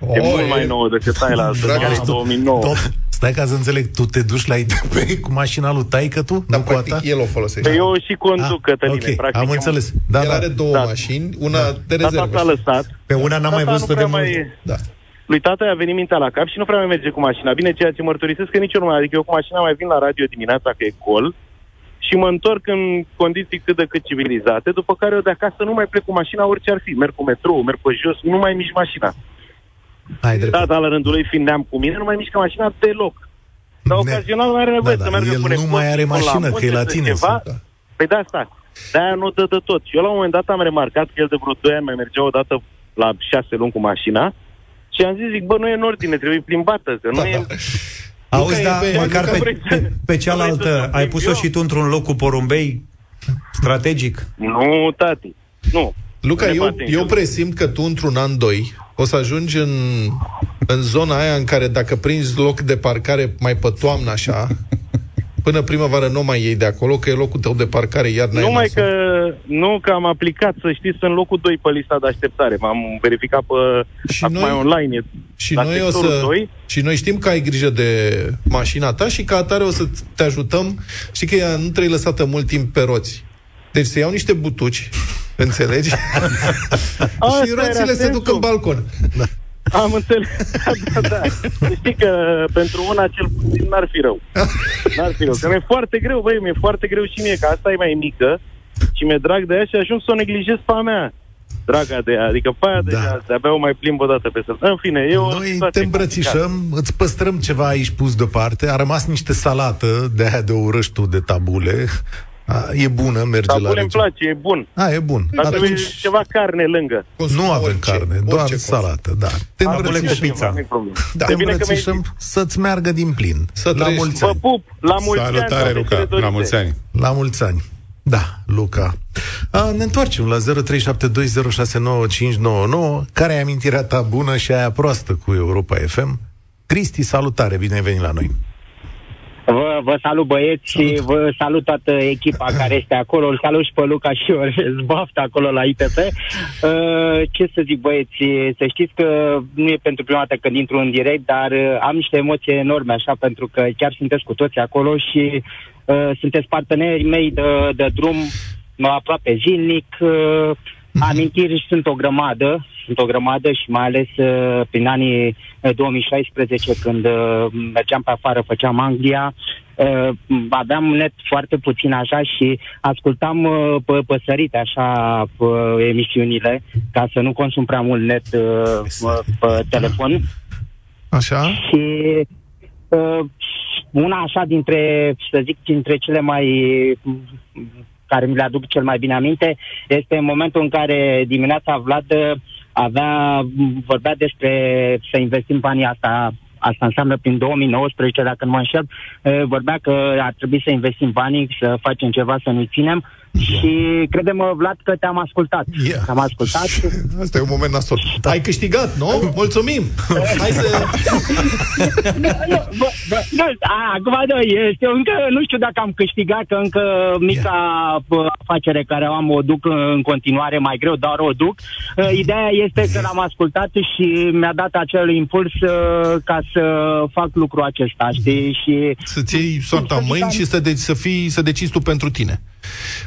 Speaker 11: Oh, e mult
Speaker 4: e-
Speaker 11: mai nouă decât aia la
Speaker 4: Dragă,
Speaker 11: care e
Speaker 4: tu-
Speaker 11: 2009.
Speaker 3: Top. Stai ca să înțeleg, tu te duci la ITP cu mașina lui taică tu?
Speaker 4: Dar
Speaker 3: nu cu a ta?
Speaker 4: Da,
Speaker 3: Ah,
Speaker 4: practic el o
Speaker 11: Pe
Speaker 4: folosește.
Speaker 11: Păi eu și conduc, Cătăline,
Speaker 3: ok,
Speaker 11: practic.
Speaker 3: am înțeles. Da,
Speaker 4: El
Speaker 3: da.
Speaker 4: are două
Speaker 11: Da.
Speaker 4: mașini, una de
Speaker 11: Tata s-a
Speaker 4: rezervă.
Speaker 11: lăsat.
Speaker 5: Pe una n-am mai
Speaker 11: Tata
Speaker 5: văzut-o
Speaker 11: nu
Speaker 5: de
Speaker 11: prea
Speaker 5: mult.
Speaker 11: mai-
Speaker 4: Da.
Speaker 11: lui tata i-a venit mintea la cap și nu prea mai merge cu mașina. Bine, ceea ce mărturisesc că nici eu nu mai, adică eu cu mașina mai vin la radio dimineața că e gol și mă întorc în condiții cât de cât civilizate, după care eu de acasă nu mai plec cu mașina orice ar fi. Merg cu metrou, merg pe jos, nu mai mișc mașina.
Speaker 3: Hai, drept.
Speaker 11: Tata la rândul lui fiind neam cu mine, nu mai mișcă mașina deloc. Dar
Speaker 3: Ne-
Speaker 11: ocazional mai are nevoie
Speaker 3: Da, da,
Speaker 11: să meargă
Speaker 3: el
Speaker 11: cu
Speaker 3: nu
Speaker 11: nepoții
Speaker 3: mai are
Speaker 11: până la
Speaker 3: mașină, că
Speaker 11: munte
Speaker 3: e la
Speaker 11: sau
Speaker 3: tine,
Speaker 11: Ceva.
Speaker 3: sunt, da.
Speaker 11: Păi de asta. De-aia nu dă de tot. Și eu la un moment dat am remarcat că el de vreo 2 ani mai mergea odată la 6 luni cu mașina și am zis, zic, bă, nu e în ordine, trebuie plimbată, că nu da, e...
Speaker 5: Auzi,
Speaker 4: Luca
Speaker 5: da,
Speaker 4: e pe-
Speaker 5: măcar
Speaker 11: Luca
Speaker 5: pe,
Speaker 11: vrei
Speaker 5: pe,
Speaker 11: să-
Speaker 5: pe
Speaker 11: vrei să
Speaker 5: cealaltă
Speaker 11: mă
Speaker 5: ai
Speaker 11: plimb
Speaker 5: pus-o
Speaker 11: eu?
Speaker 5: și tu într-un loc cu porumbei strategic.
Speaker 11: Nu, tati, nu.
Speaker 4: Luca,
Speaker 11: Ne
Speaker 4: eu,
Speaker 11: batem
Speaker 4: eu
Speaker 11: și-
Speaker 4: presimt că tu într-un an, doi, o să ajungi în, în zona aia în care dacă prinzi loc de parcare mai pe toamnă așa, până primăvară nu mai iei de acolo, că e locul tău de parcare iar n-ai
Speaker 11: Numai
Speaker 4: nasol.
Speaker 11: că, nu că am aplicat, să știți, sunt locul 2 pe lista de așteptare. M-am verificat pe...
Speaker 4: Și
Speaker 11: acum
Speaker 4: noi-
Speaker 11: e online. E
Speaker 4: Și
Speaker 11: la
Speaker 4: noi, o
Speaker 11: sectorul
Speaker 4: să,
Speaker 11: 2.
Speaker 4: și noi știm că ai grijă de mașina ta și ca atare o să te ajutăm. Știi că ea nu trebuie lăsată mult timp pe roți. Deci se iau niște butuci, înțelegi?
Speaker 11: Asta
Speaker 4: și
Speaker 11: era
Speaker 4: roțile se duc
Speaker 11: sensul.
Speaker 4: în balcon.
Speaker 11: Am înțeles. da, da. Știi că pentru una cel puțin n-ar fi rău. N-ar fi rău. Că mi-e foarte greu, băi, mi-e foarte greu și mie, că asta e mai mică și mi-e drag de ea și ajung să o neglijez pe a mea. Draga de ea, adică pe aia da. deja, de-abia o mai plimb o dată pe săptămână. În fine, eu...
Speaker 3: Noi te îmbrățișăm, îți păstrăm ceva aici pus deoparte, a rămas niște salată de aia de urăști tu de tabule. A, e bună, merge
Speaker 11: Dar
Speaker 3: la
Speaker 11: îmi
Speaker 3: rece.
Speaker 11: place, e bun.
Speaker 3: A, e bun.
Speaker 11: Dar trebuie
Speaker 3: Atunci
Speaker 11: ceva carne lângă.
Speaker 3: nu avem carne, doar
Speaker 4: orice cons-
Speaker 3: salată, da. Te
Speaker 5: Tabule cu
Speaker 3: îmbrățișăm,
Speaker 5: pizza.
Speaker 11: Nu-i problemă.
Speaker 3: da.
Speaker 11: E
Speaker 3: te
Speaker 11: bine că mi-ai
Speaker 3: îmbrățișăm să-ți meargă din plin.
Speaker 4: Să
Speaker 3: la
Speaker 4: trăiești.
Speaker 3: mulți
Speaker 11: Vă
Speaker 3: ani.
Speaker 11: pup, la mulți ani!
Speaker 2: Salutare,
Speaker 11: toate
Speaker 2: Luca.
Speaker 11: cele dorite.
Speaker 2: La mulți ani.
Speaker 3: La mulți ani. Da, Luca. A, ne întoarcem la 0372069599, care e amintirea ta bună și aia proastă cu Europa FM. Cristi, salutare, bine ai venit la noi.
Speaker 12: Vă, vă salut băieți salut. și vă salut toată echipa care este acolo. Îl salut și pe Luca și eu, zbaft acolo la ITP. Uh, ce să zic băieți, să știți că nu e pentru prima dată când intru în direct, dar uh, am niște emoții enorme așa, pentru că chiar sunteți cu toți acolo și uh, sunteți partenerii mei de, de drum aproape zilnic. Uh, amintiri sunt o grămadă, sunt o grămadă și mai ales uh, prin anii uh, 2016 când uh, mergeam pe afară, făceam Anglia, uh, aveam net foarte puțin așa și ascultam uh, pă- păsărite așa uh, emisiunile ca să nu consum prea mult net uh, pe telefon.
Speaker 3: Așa?
Speaker 12: Și uh, una așa dintre, să zic, dintre cele mai care mi le aduc cel mai bine aminte, este în momentul în care dimineața Vlad uh, avea, vorbea despre să investim banii asta, asta înseamnă prin 2019, dacă nu mă înșel, uh, vorbea că ar trebui să investim banii, să facem ceva, să nu ținem și credem, Vlad, că te-am ascultat. Yeah. Am ascultat.
Speaker 4: Asta e un moment nasol. Da. Ai câștigat, nu? Mulțumim! Hai să...
Speaker 12: Bă, bă, nu, a, acum da, este încă, nu știu dacă am câștigat, că încă mica bă, afacere care o am o duc în continuare mai greu, dar o duc. Uh, Ideea este că l-am ascultat și mi-a dat acel impuls uh, ca să fac lucrul acesta, știi? Și
Speaker 4: Să-ți iei soarta în mâini și să, de- să, fii, să decizi tu pentru tine.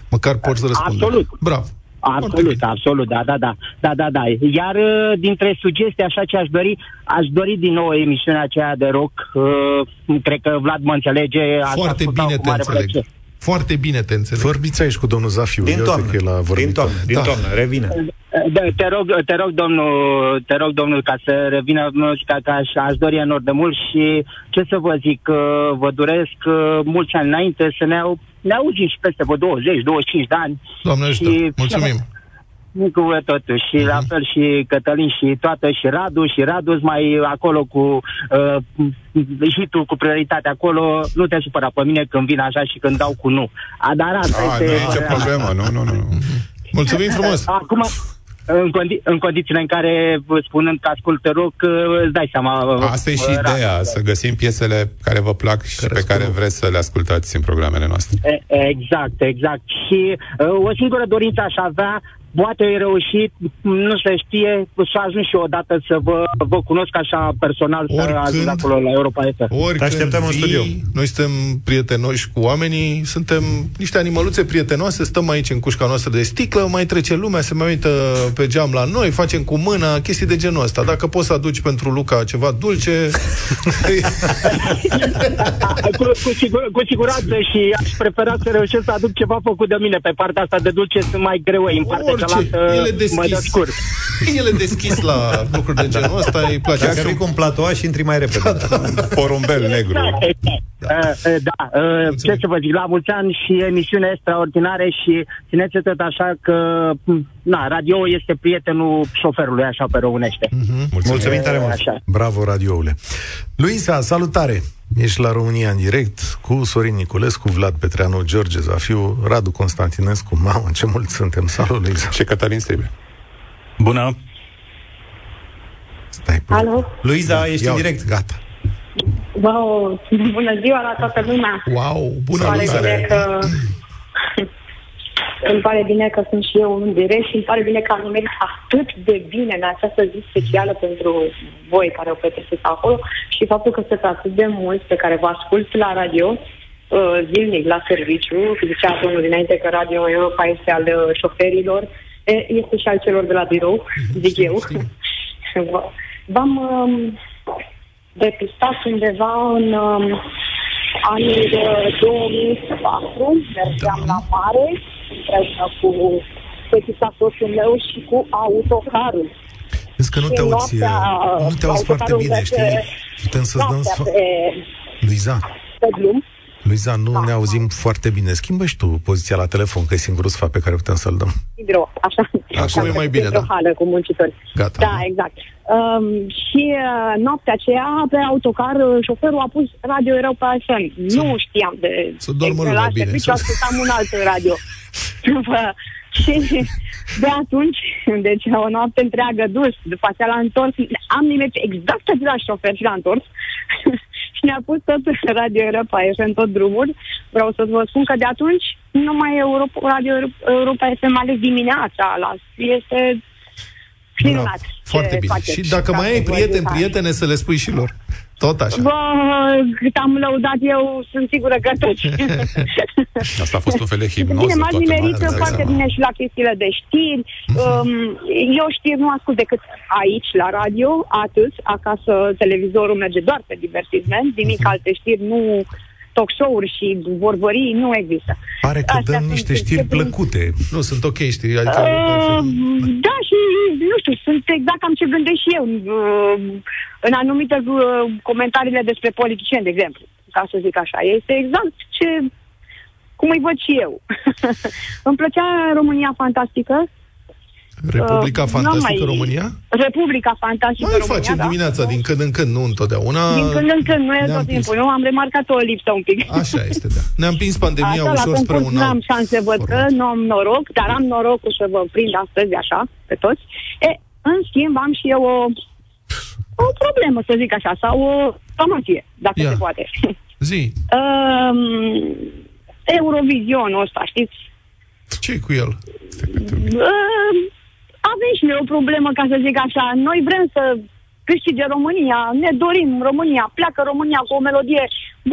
Speaker 4: Măcar poți să răspunzi.
Speaker 12: Absolut.
Speaker 4: Bravo.
Speaker 12: Absolut, absolut, da, da, da, da, da, da. Iar uh, dintre sugestii, așa ce aș dori, aș dori din nou emisiunea aceea de rock. Uh, Cred că Vlad mă înțelege. aș
Speaker 4: Foarte
Speaker 12: asculta
Speaker 4: bine
Speaker 12: cu
Speaker 4: te
Speaker 12: mare
Speaker 4: înțeleg.
Speaker 12: plăcere.
Speaker 4: Foarte bine te înțeleg.
Speaker 3: Vorbiți aici cu domnul Zafiu.
Speaker 4: Din
Speaker 3: Eu
Speaker 4: toamnă.
Speaker 3: zic că el a vorbit.
Speaker 4: Din toamnă,
Speaker 5: Din toamnă, revine.
Speaker 12: Da, te rog, te rog, domnul, te rog, domnul, ca să revină, nu știu, ca, ca aș, aș dori enorm de mult și ce să vă zic, că vă doresc că mulți ani înainte să ne, au, ne auzim și peste vă 20, 25 de ani.
Speaker 4: Doamne ajută, mulțumim.
Speaker 12: Cu voi totuși, și la
Speaker 2: Mhm.
Speaker 12: fel și Cătălin și toată și Radu și Radu mai acolo cu uh, și tu cu prioritate acolo, nu te supăra pe mine când vin așa și când dau cu nu. A, dar asta
Speaker 2: A, nu
Speaker 12: este
Speaker 2: e nicio
Speaker 12: părerea mea.
Speaker 2: problemă, nu, nu, nu.
Speaker 4: Mulțumim frumos!
Speaker 12: Acum, în, condi- în condițiile în care, vă spunând că ascult rock, îți dai seama... uh,
Speaker 2: Asta e și ideea, să găsim piesele care vă plac și pe care vreți să le ascultați în programele noastre.
Speaker 12: E- Exact, exact. Și uh, o singură dorință aș avea, poate ai reușit, nu se știe, să ajung și eu odată să vă, vă cunosc așa personal, să ajung acolo la Europa FM.
Speaker 4: Oricând vii, Noi suntem prietenoși cu oamenii, suntem niște animăluțe prietenoase, stăm aici în cușca noastră de sticlă, mai trece lumea, se mai uită pe geam la noi, facem cu mâna, chestii de genul ăsta. Dacă poți să aduci pentru Luca ceva dulce...
Speaker 12: cu, cu, sigur, cu siguranță și aș prefera să reușesc să aduc ceva făcut de mine. Pe partea asta de dulce sunt mai greu, în partea cealaltă
Speaker 4: el e deschis.
Speaker 12: mă dă scurt.
Speaker 4: el e deschis la lucruri de genul ăsta, îi place.
Speaker 5: Dacă vii cu un platoa și intri mai repede.
Speaker 2: Porumbel negru.
Speaker 11: Da.
Speaker 12: Exact, exact. Uh, uh, Da, uh, ce să vă zic, la mulți ani și emisiune extraordinare și țineți tot așa că, m, na, radio este prietenul șoferului, așa pe românește.
Speaker 5: Mulțumim tare mult.
Speaker 12: Așa.
Speaker 3: Bravo, radioule. Luisa, salutare! Ești la România în direct cu Sorin Niculescu, Vlad Petreanu, George Zafiu, Radu Constantinescu. Mamă, ce mulți suntem! Salut, Luisa!
Speaker 2: Și Cătălin Strible.
Speaker 13: Bună!
Speaker 3: Stai, pe...
Speaker 14: Alo?
Speaker 5: Luiza, ești
Speaker 3: Ia
Speaker 5: în
Speaker 3: uite,
Speaker 5: direct.
Speaker 3: Gata.
Speaker 14: Wow, bună ziua la toată lumea!
Speaker 4: Wow, bună
Speaker 14: Îmi pare bine
Speaker 4: Luisa!
Speaker 14: că... Îmi pare bine că sunt și eu în direct și îmi pare bine că am nimerit atât de bine în această zi specială pentru voi care o petreceți acolo și faptul că sunt atât de mulți pe care vă ascult la radio uh, zilnic la serviciu, zicea domnul dinainte că Radio Europa este al uh, șoferilor, e, este și al celor de la birou, zic eu. V- V-am um, depistat undeva în um, anii de 2004, mergeam la mare împreună cu fetița soțul meu și cu autocarul.
Speaker 3: Vezi că nu
Speaker 14: Și
Speaker 3: te auzi,
Speaker 14: noaptea-
Speaker 3: nu te auzi foarte
Speaker 14: autocarul
Speaker 3: bine, știi?
Speaker 14: merge
Speaker 3: Putem să-ți dăm...
Speaker 14: noaptea
Speaker 3: sfa-
Speaker 14: pe,
Speaker 3: Luiza,
Speaker 14: pe drum.
Speaker 3: Luiza, nu ne auzim foarte bine. Schimbă și tu poziția la telefon, că e singurul sfat pe care putem să-l dăm.
Speaker 14: Hidro, așa.
Speaker 4: Acum e mai bine,
Speaker 14: da.
Speaker 4: da.
Speaker 14: hală cu muncitori.
Speaker 4: Gata.
Speaker 14: Da, exact. Um, și uh, noaptea aceea, pe autocar, uh, șoferul a pus radio Europa FM. nu știam de...
Speaker 4: să doarmă
Speaker 14: de
Speaker 4: lumea
Speaker 14: la
Speaker 4: bine,
Speaker 14: serviciu,
Speaker 4: să-
Speaker 14: Exact, ascultam un alt radio. Bă, și de atunci, deci o noapte întreagă dus, după aceea l-a întors, am nimerit exact același șofer și l-a întors. și ne-a pus tot Radio Europa FM, tot drumul. Vreau să vă spun că de atunci numai Europa, Radio Europa FM, ales dimineața, la, este minunat. ce
Speaker 4: Da, Foarte bine.
Speaker 14: faceți
Speaker 4: Și dacă mai ai
Speaker 14: faceți voi
Speaker 4: prieteni,
Speaker 14: de fapt.
Speaker 4: prietene, să le spui și lor. Tot așa.
Speaker 14: Bă, cât am lăudat eu, sunt sigură că toți.
Speaker 2: Asta a fost un fel de himnos
Speaker 14: Bine, m-ați
Speaker 2: de toate
Speaker 14: nimerit
Speaker 2: manerile.
Speaker 14: foarte bine și la chestiile de știri. Um, eu știri nu ascult decât aici, la radio, atât. Acasă televizorul merge doar pe divertisment, nimic alte știri, nu talk show-uri și vorbării, nu există.
Speaker 3: Pare că dăm niște știri plăcute.
Speaker 4: Nu, sunt ok știri. Adică,
Speaker 14: Uh, da, și nu știu, sunt exact cam ce gândesc și eu uh, în anumite uh, comentariile despre politicieni, de exemplu, ca să zic așa. Este exact ce, cum îi văd și eu. Îmi plăcea România Fantastică.
Speaker 4: Republica
Speaker 14: Uh,
Speaker 4: Fantastică
Speaker 14: n-am mai-
Speaker 4: România?
Speaker 14: Republica Fantastică
Speaker 4: Mai
Speaker 14: România,
Speaker 4: facem
Speaker 14: da.
Speaker 4: dimineața, din când în când, nu întotdeauna.
Speaker 14: Din când în când, nu e
Speaker 4: ne-am
Speaker 14: tot
Speaker 4: prins.
Speaker 14: timpul. Nu am remarcat o lipsă un pic.
Speaker 4: Așa este, da. Ne-am prins pandemia
Speaker 14: Asta,
Speaker 4: ușor
Speaker 14: la
Speaker 4: spre
Speaker 14: concurs
Speaker 4: un
Speaker 14: n-am
Speaker 4: alt.
Speaker 14: șanse, văd că nu am noroc, dar am norocul să vă prind astăzi așa, pe toți. E, în schimb, am și eu o, o problemă, să zic așa, sau o famație, dacă
Speaker 4: Ia.
Speaker 14: se poate.
Speaker 4: Zi,
Speaker 14: um, Eurovizionul ăsta, știți?
Speaker 4: ce cu el?
Speaker 14: Um, avem și noi o problemă, ca să zic așa. Noi vrem să câștige România, ne dorim România, pleacă România cu o melodie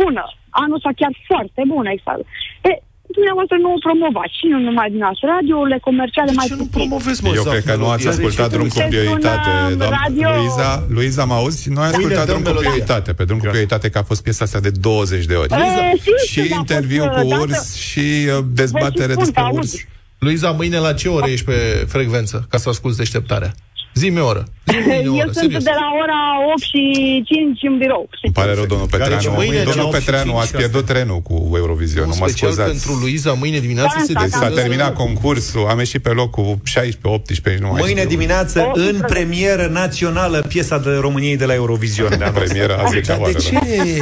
Speaker 14: bună. Anul ăsta chiar foarte bună, exact. E, dumneavoastră nu o promovați și nu numai din asta. Radiourile comerciale mai puțin. nu promovezi,
Speaker 2: Eu cred că nu ați ascultat
Speaker 14: Deci,
Speaker 2: drum cu prioritate, doamnă.
Speaker 14: radio.
Speaker 2: Luiza, Luiza, mă auzi? Noi am
Speaker 4: Bine,
Speaker 2: ascultat
Speaker 4: dăm
Speaker 2: drum cu
Speaker 4: melodia.
Speaker 2: prioritate. Pe drum cu prioritate că a fost piesa asta de 20 de ori.
Speaker 4: Păi,
Speaker 14: E, sigur,
Speaker 2: Și
Speaker 14: a
Speaker 2: interviu
Speaker 14: fost,
Speaker 2: cu
Speaker 14: uh,
Speaker 2: urs
Speaker 14: dată.
Speaker 2: și uh, dezbatere
Speaker 14: Vă și spun,
Speaker 2: despre
Speaker 14: aud.
Speaker 2: urs.
Speaker 4: Luiza, mâine la ce oră ești pe frecvență, ca să asculti deșteptarea? Zi-mi o oră. Zi-mi o
Speaker 14: Eu
Speaker 4: oră,
Speaker 14: sunt
Speaker 4: serios.
Speaker 14: de la ora 8 și 5 în birou.
Speaker 2: Îmi pare rău, domnul
Speaker 4: Care
Speaker 2: Petreanu.
Speaker 4: Deci mâine de la
Speaker 2: Domnul
Speaker 4: opt și
Speaker 2: Petreanu,
Speaker 4: cinci
Speaker 2: ați pierdut trenul cu Eurovision, nu mă
Speaker 4: special
Speaker 2: scuzați.
Speaker 4: pentru Luiza, mâine
Speaker 14: Da,
Speaker 4: dimineață se
Speaker 2: Deci s-a
Speaker 4: deschide-
Speaker 2: terminat concursul, am ieșit pe locul 16-18, nu mai
Speaker 5: Mâine
Speaker 2: știu.
Speaker 14: Da,
Speaker 5: dimineață, în premieră națională, piesa de României de la Eurovision. De
Speaker 2: Premiera a zecea
Speaker 5: De
Speaker 2: oară,
Speaker 3: da.
Speaker 5: ce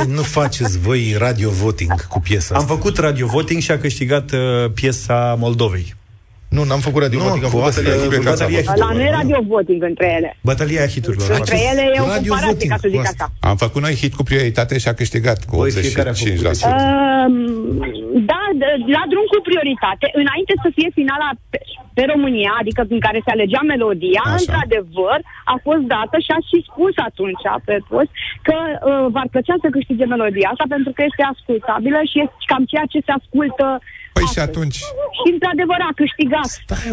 Speaker 5: nu faceți voi radio voting cu piesa asta? Am făcut radio voting și a câștigat uh, piesa Moldovei.
Speaker 4: Nu, n-am făcut radio
Speaker 5: voting, am făcut
Speaker 4: bătălia
Speaker 5: bătălia,
Speaker 4: Hiturilor.
Speaker 14: La noi e radio voting între ele.
Speaker 5: Bătălia hiturilor.
Speaker 14: Între ele e o comparație, ca să zic așa.
Speaker 2: Am făcut noi hit cu prioritate și a câștigat cu 85%.
Speaker 14: Um, da, d- la drum cu prioritate, înainte să fie finala pe, pe România, adică în care se alegea melodia,
Speaker 15: Așa.
Speaker 14: într-adevăr, a fost dată și a și spus atunci pe post că uh, v-ar plăcea să câștige melodia asta pentru că este ascultabilă și este cam ceea ce se ascultă
Speaker 2: Păi și atunci...
Speaker 14: și într-adevăr a câștigat.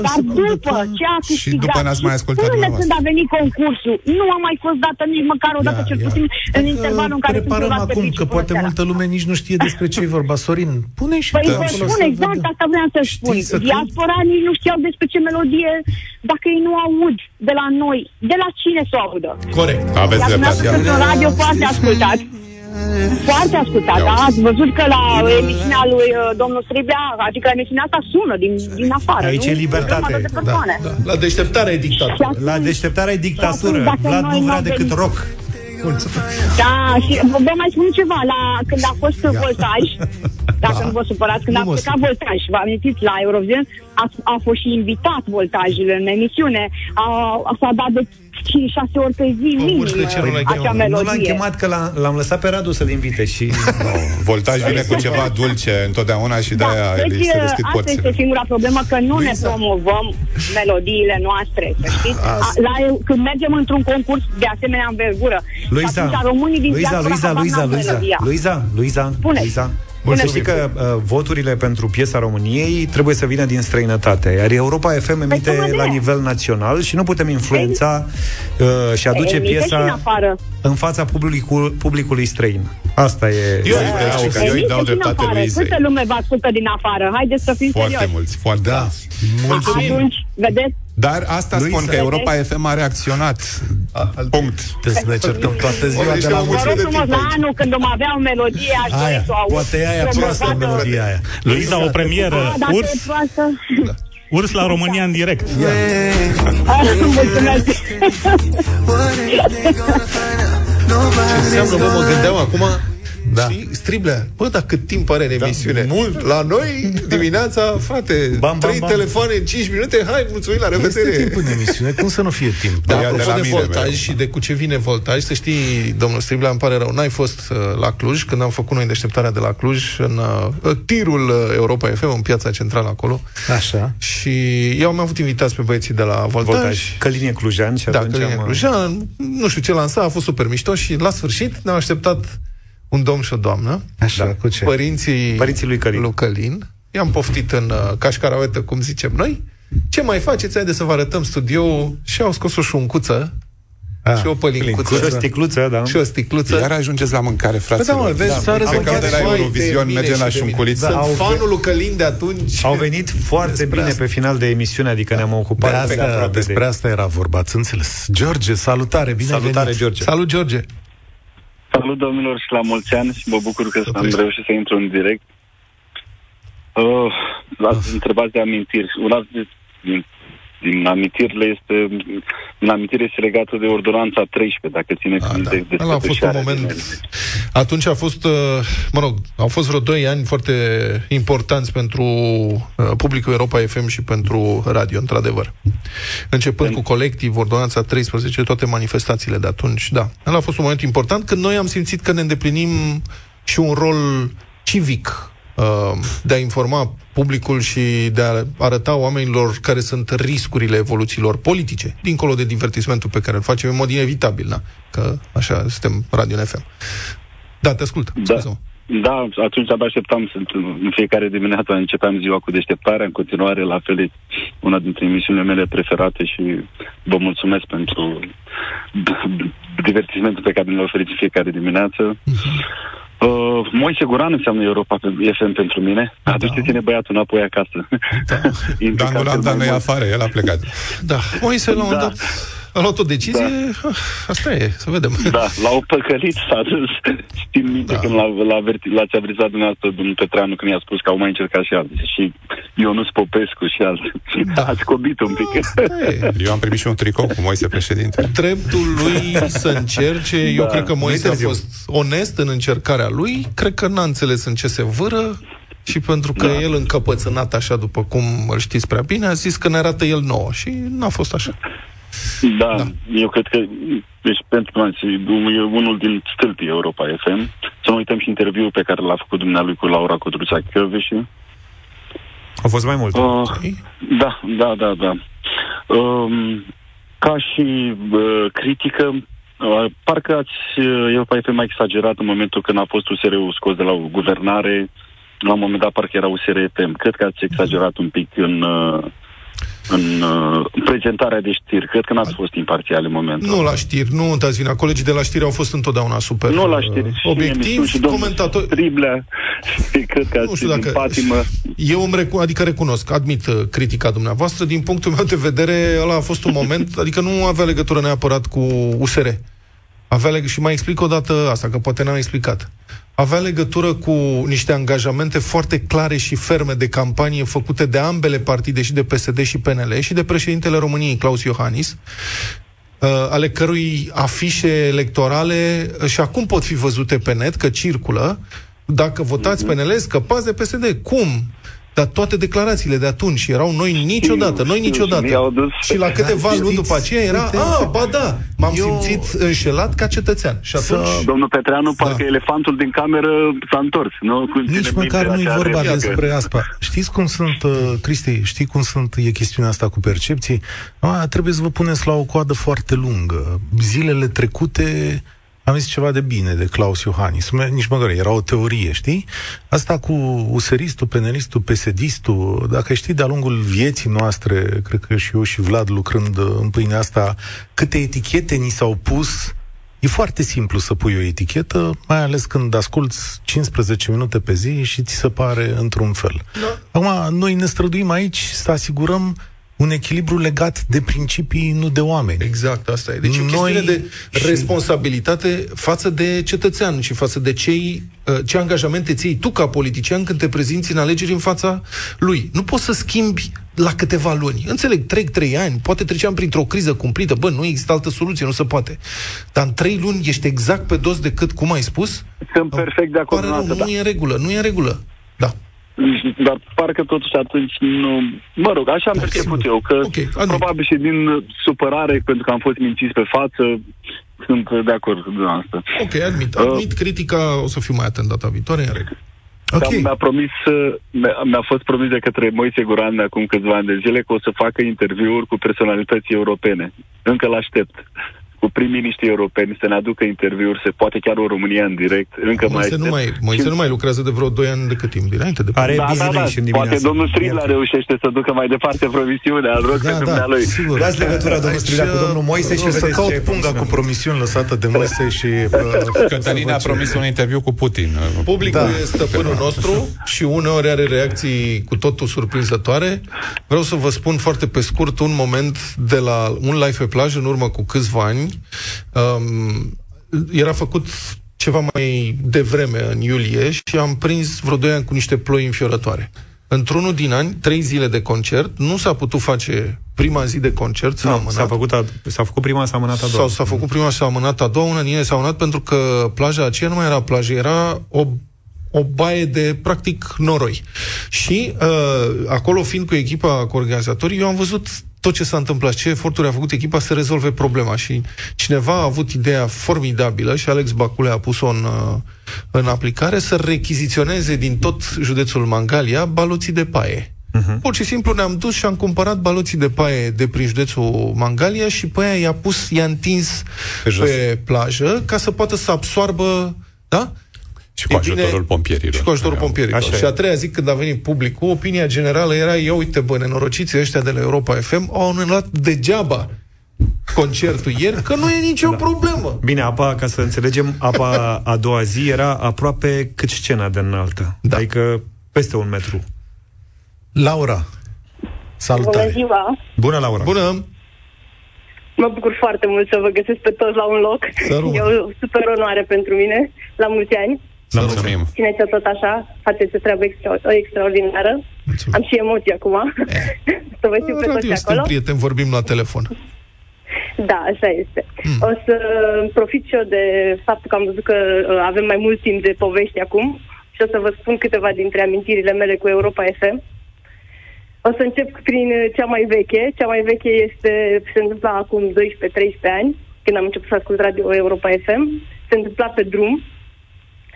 Speaker 14: Dar după ce a câștigat,
Speaker 2: după n-ați mai ascultat
Speaker 14: până
Speaker 2: dumneavoastră.
Speaker 14: când a venit concursul, nu a mai fost dată nici măcar o dată, cel puțin în intervalul în care sunt
Speaker 3: Preparăm
Speaker 14: luat pe
Speaker 3: acum, că
Speaker 14: principiul
Speaker 3: poate
Speaker 14: ăsta.
Speaker 3: multă lume nici nu știe despre ce e vorba. Sorin, pune și
Speaker 14: Păi
Speaker 3: tu
Speaker 14: da,
Speaker 3: acolo
Speaker 14: spun
Speaker 3: să
Speaker 14: exact, asta vreau să spun.
Speaker 3: să cânti?
Speaker 14: Diaspora nici nu știau despre ce melodie, dacă ei nu aud de la noi, de la cine să o audă.
Speaker 4: Corect.
Speaker 2: Aveți
Speaker 14: Iar
Speaker 2: dreptate.
Speaker 14: dumneavoastră sunt un radio foarte ascultat. Foarte ascultat, da? Ați văzut că la emisiunea lui uh, domnul Striblea, adică emisiunea asta sună din, din afară,
Speaker 5: Aici
Speaker 14: nu?
Speaker 5: e libertate.
Speaker 14: De persoane.
Speaker 4: Da. La deșteptare e dictatură.
Speaker 5: La deșteptare e
Speaker 14: Și
Speaker 5: dictatură.
Speaker 14: atunci, dacă
Speaker 5: Vlad
Speaker 14: noi
Speaker 5: nu vrea
Speaker 14: n-am
Speaker 5: decât
Speaker 14: venit-
Speaker 5: rock.
Speaker 14: Da, și vă vă mai spun ceva, la, când a fost voltaj,
Speaker 5: Da.
Speaker 14: dacă nu vă supărați, când a plecat voltaj, vă amintiți la Eurovision, a, a fost și invitat voltajul în emisiune, a, a s-a dat de 5-6 ori pe zi minim
Speaker 2: Deci
Speaker 14: acea
Speaker 5: Nu l-am
Speaker 14: melodie.
Speaker 5: chemat că l-am- l-am lăsat pe Radu să-l invite și...
Speaker 2: Voltaj vine cu ceva dulce întotdeauna și de-aia da,
Speaker 14: Deci,
Speaker 2: se deschid
Speaker 14: asta
Speaker 2: porțile.
Speaker 14: este singura problemă, că nu
Speaker 5: Exact.
Speaker 14: ne promovăm melodiile noastre, să știți?
Speaker 5: Ah,
Speaker 14: A, la, când mergem într-un concurs de asemenea învergură, și
Speaker 5: Luiza,
Speaker 14: atunci românii din
Speaker 5: Luiza,
Speaker 14: diaspora
Speaker 5: Luiza,
Speaker 14: habar
Speaker 5: Luiza,
Speaker 14: n-au
Speaker 5: Luiza,
Speaker 14: melodia.
Speaker 5: Luiza, Luiza,
Speaker 14: Spune.
Speaker 5: Luiza.
Speaker 14: Spune.
Speaker 5: Să știi că uh, voturile pentru piesa României trebuie să vină din străinătate, iar Europa
Speaker 14: Păi
Speaker 5: FM emite la nivel național și nu putem influența uh, și aduce
Speaker 14: Emite și în
Speaker 5: piesa
Speaker 14: afară.
Speaker 5: în fața publicul, publicului străin. Asta e...
Speaker 2: Eu îi vreau că eu îi dau dreptate
Speaker 14: afară.
Speaker 2: lui
Speaker 14: Câtă lume vă ascultă din afară? Haideți să fim
Speaker 2: Foarte
Speaker 14: serioși.
Speaker 2: mulți, foarte da. mulți.
Speaker 14: Atunci, vedeți?
Speaker 2: Dar asta
Speaker 14: Luisa.
Speaker 2: spun că Europa FM a reacționat. Punct. Trebuie să ne certăm toată
Speaker 3: ziua de la
Speaker 14: Vă rog frumos, la anul când îmi avea o melodie, aș dori
Speaker 3: Aia,
Speaker 14: să o aud.
Speaker 3: poate e aia
Speaker 14: promovată.
Speaker 3: proastă melodia aia. Exact.
Speaker 7: Luiza, o premieră.
Speaker 14: Ah, dacă
Speaker 7: Urs,
Speaker 14: e proastă.
Speaker 7: urs la România în direct.
Speaker 14: Ah, Mulțumesc.
Speaker 4: Ce înseamnă, bă, mă gândeam acum Da. Și striblea, bă, dar cât timp are în emisiune? Da, mult. La noi, dimineața, frate, bam, bam, trei bam. telefoane în 5 minute, hai, mulțumim, la revedere.
Speaker 3: Este timp în emisiune, cum să nu fie timp?
Speaker 4: Da, apropo de, la de mine, voltaj meu. și de cu ce vine voltaj, să știi, domnul Striblea, îmi pare rău, n-ai fost uh, la Cluj, când am făcut noi deșteptarea de la Cluj, în uh, tirul uh, Europa FM, în piața centrală acolo.
Speaker 3: Așa.
Speaker 4: Și eu am avut invitați pe băieții de la voltaj. voltaj.
Speaker 5: Călinie Clujan și
Speaker 4: da, Călinie am... Clujan, nu știu ce lansa, a fost super mișto și la sfârșit ne-am așteptat un domn și o doamnă.
Speaker 3: Așa, da. cu ce?
Speaker 4: Părinții,
Speaker 5: Părinții lui Călin.
Speaker 4: Lui Călin. I-am poftit în uh, cașcaravetă, cum zicem noi. Ce mai faceți? Haide să vă arătăm studioul. Și au scos o șuncuță a, și o pălincuță.
Speaker 5: Și o sticluță, da.
Speaker 4: Și o sticluță.
Speaker 2: Iar ajungeți la mâncare, fraților.
Speaker 4: Păi da, mă, vezi,
Speaker 2: da, s-a că de la Eurovision mergem la șunculiță.
Speaker 4: Da, Sunt fanul lui Călin de atunci.
Speaker 5: Au venit foarte bine asta. pe final de emisiune, adică da. ne-am ocupat.
Speaker 3: De asta, de asta, despre de... asta era vorba, ați înțeles. George, salutare, bine
Speaker 5: Salutare,
Speaker 3: venit.
Speaker 5: George.
Speaker 4: Salut, George.
Speaker 15: Salut, domnilor, și la mulți ani și mă bucur că am reușit să intru în direct. Uh,
Speaker 4: Ah.
Speaker 15: ați întrebat de amintiri. Una din, din amintirile este... Din amintire este legată de ordonanța 13, dacă țineți
Speaker 4: a,
Speaker 15: minte.
Speaker 4: Da. Ăla a fost un moment... Din... Atunci a fost, uh, mă rog, au fost vreo 2 ani foarte importanți pentru uh, publicul Europa FM și pentru radio, într-adevăr. Începând În... cu colectiv, ordonanța 13, toate manifestațiile de atunci, da. Ăla a fost un moment important când noi am simțit că ne îndeplinim și un rol civic uh, de a informa publicul și de a arăta oamenilor care sunt riscurile evoluțiilor politice, dincolo de divertismentul pe care îl facem în mod inevitabil, na? că așa suntem Radio FM. Da, te ascult.
Speaker 15: Da. Scuze-mă. Da, atunci abia așteptam să, în fiecare dimineață începeam ziua cu deșteptarea, în continuare la fel e una dintre emisiunile mele preferate și vă mulțumesc pentru divertismentul pe care ne-l oferiți fiecare dimineață.
Speaker 2: Mhm.
Speaker 15: Uh, Moise Guran înseamnă Europa FM pentru mine. Da. Aduceți-ne băiatul înapoi acasă.
Speaker 2: Da. Dan Guran, dar nu e afară, el a plecat.
Speaker 4: Da. Moise, la un da. dat, a luat o decizie, da. asta e, să vedem.
Speaker 15: Da, l-au păcălit, s-a râs. Știm minte da. când l-a, l-a, l-ați avertizat dumneavoastră, domnul Petreanu, când i-a spus că au mai încercat și alții. Și Ionus Popescu și alții. Da. Ați cobit un pic.
Speaker 2: Da, Eu am primit și un tricou cu Moise președinte.
Speaker 4: Dreptul lui să încerce, eu da. cred că Moise a fost onest în încercarea lui, cred că n-a înțeles în ce se vâră, și pentru că da. el încăpățânat așa, după cum îl știți prea bine, a zis că ne arată el nouă și n-a fost așa.
Speaker 15: Da, da, eu cred că deci, pentru noi e unul din stâlpii Europa FM. Să nu uităm și interviul pe care l-a făcut dumnealui cu Laura Codruța Chioveși.
Speaker 5: Au fost mai mult.
Speaker 15: Uh,
Speaker 4: Păi,
Speaker 15: da, da, da, da. Um, ca și uh, critică, uh, parcă ați, uh, Europa FM mai exagerat în momentul când a fost USR-ul scos de la o guvernare, la un moment dat parcă era USR-FM. Cred că ați exagerat un pic în... Uh, în uh, prezentarea de știri. Cred că n-ați fost imparțial în momentul.
Speaker 4: Nu la știri, nu dați vina. Colegii de la știri au fost întotdeauna super
Speaker 15: Nu la știri. Uh,
Speaker 4: obiectiv, și, și comentator.
Speaker 15: Triblea, cred că nu știu dacă... patimă.
Speaker 4: Eu îmi recu- adică recunosc, admit uh, critica dumneavoastră. Din punctul meu de vedere, ăla a fost un moment, adică nu avea legătură neapărat cu USR. Avea leg- și mai explic o dată asta, că poate n-am explicat avea legătură cu niște angajamente foarte clare și ferme de campanie făcute de ambele partide, și de PSD și PNL, și de președintele României, Claus Iohannis, uh, ale cărui afișe electorale uh, și acum pot fi văzute pe net, că circulă, dacă votați PNL, scăpați de PSD. Cum? Dar toate declarațiile de atunci erau noi niciodată, noi niciodată. Și la câteva luni după aceea era, a, ba da, m-am eu... simțit înșelat ca cetățean. Și atunci... Să...
Speaker 15: Domnul Petreanu, da. parcă elefantul din cameră s-a întors. Nu?
Speaker 3: Cu Nici măcar nu-i vorba replică. despre asta. Știți cum sunt, uh, Cristi, știi cum sunt, e chestiunea asta cu percepții? A, trebuie să vă puneți la o coadă foarte lungă. Zilele trecute am zis ceva de bine de Claus Iohannis. Nici măcar era o teorie, știi? Asta cu useristul, penelistul, pesedistul, dacă știi de-a lungul vieții noastre, cred că și eu și Vlad lucrând uh, în pâinea asta, câte etichete ni s-au pus E foarte simplu să pui o etichetă, mai ales când asculți 15 minute pe zi și ți se pare într-un fel. Da. Acum, noi ne străduim aici să asigurăm un echilibru legat de principii, nu de oameni.
Speaker 4: Exact, asta e. Deci Noi... o chestiune de responsabilitate față de cetățean și față de cei, uh, ce angajamente ții tu ca politician când te prezinți în alegeri în fața lui. Nu poți să schimbi la câteva luni. Înțeleg, trec trei ani, poate treceam printr-o criză cumplită, bă, nu există altă soluție, nu se poate. Dar în trei luni ești exact pe dos decât cum ai spus?
Speaker 15: Sunt perfect de acord.
Speaker 4: Pare rău, nu da. e în regulă, nu e în regulă. Da.
Speaker 15: Dar parcă totuși atunci nu... Mă rog, așa am perceput eu, că okay, probabil și din supărare, pentru că am fost mințiți pe față, sunt de acord cu asta.
Speaker 4: Ok, admit. Admit uh, critica, o să fiu mai atent data viitoare, în regulă.
Speaker 15: Okay. Dar mi-a promis, mi-a, mi-a fost promis de către Moise Guran acum câțiva ani de zile că o să facă interviuri cu personalități europene. Încă l-aștept cu prim-miniștri europeni să ne aducă interviuri, se poate chiar o România în direct. Încă
Speaker 4: Moise mai, nu mai, Moise și... nu mai lucrează de vreo 2 ani de cât timp, dinainte de...
Speaker 5: Are da, da, da.
Speaker 15: În poate domnul Strila reușește să ducă mai departe promisiunea, îl rog da, pe da, dumnealui. uh,
Speaker 5: Sigur. Dați legătura, domnul Aici, Strila, cu domnul Moise și
Speaker 3: să caut punga cu promisiuni lăsată de Moise și... uh,
Speaker 2: Cătălin a promis un interviu cu Putin.
Speaker 4: Publicul da. e stăpânul nostru și uneori are reacții cu totul surprinzătoare. Vreau să vă spun foarte pe scurt un moment de la un live pe plajă în urmă cu câțiva ani ani. Um, era făcut ceva mai devreme, în iulie, și am prins vreo 2 ani cu niște ploi înfiorătoare. Într-unul din ani, trei zile de concert, nu s-a putut face prima zi de concert, s-a nu, amânat.
Speaker 5: S-a făcut, a, s-a făcut prima, s-a amânat a doua. Mm.
Speaker 4: Sau s-a făcut prima, s-a amânat a doua, una din ele s-a amânat pentru că plaja aceea nu mai era plajă, era o o baie de, practic, noroi. Și uh, acolo, fiind cu echipa, cu organizatorii, eu am văzut tot ce s-a întâmplat, ce eforturi a făcut echipa să rezolve problema și cineva a avut ideea formidabilă și Alex Bacule a pus-o în, uh, în aplicare să rechiziționeze din tot județul Mangalia baloții de paie. Uh-huh. Pur și simplu ne-am dus și am cumpărat baloții de paie de prin județul Mangalia și pe aia i-a pus, i-a întins pe, jos. pe plajă ca să poată să absoarbă, da?
Speaker 2: Și cu bine, ajutorul pompierilor.
Speaker 4: Și cu ajutorul pompierilor. Așa și a treia zi, când a venit publicul, opinia generală era, ia uite bă, nenorociții ăștia de la Europa FM au anulat degeaba concertul ieri, că nu e nicio da. problemă.
Speaker 5: Bine, apa, ca să înțelegem, apa a doua zi era aproape cât scena de înaltă. Da. Adică peste un metru.
Speaker 3: Laura, salutare.
Speaker 16: Bună ziua.
Speaker 5: Bună, Laura.
Speaker 4: Bună.
Speaker 16: Mă bucur foarte mult să vă găsesc pe toți la un loc. Sărum. E o super onoare pentru mine. La mulți ani.
Speaker 2: La mulțumim.
Speaker 16: Țineți-o tot așa, faceți o treabă extra- o extraordinară. Mulțumim. Am și emoții acum.
Speaker 4: Eh.
Speaker 16: să vă știu pe toți acolo.
Speaker 4: prieten, Adică, vorbim la telefon.
Speaker 16: Da, așa este. Mm. O să profit și eu de faptul că am văzut că uh, avem mai mult timp de povești acum și o să vă spun câteva dintre amintirile mele cu Europa FM. O să încep prin uh, cea mai veche. Cea mai veche este, se întâmpla acum 12-13 ani, când am început să ascult radio Europa FM. Se întâmpla pe drum,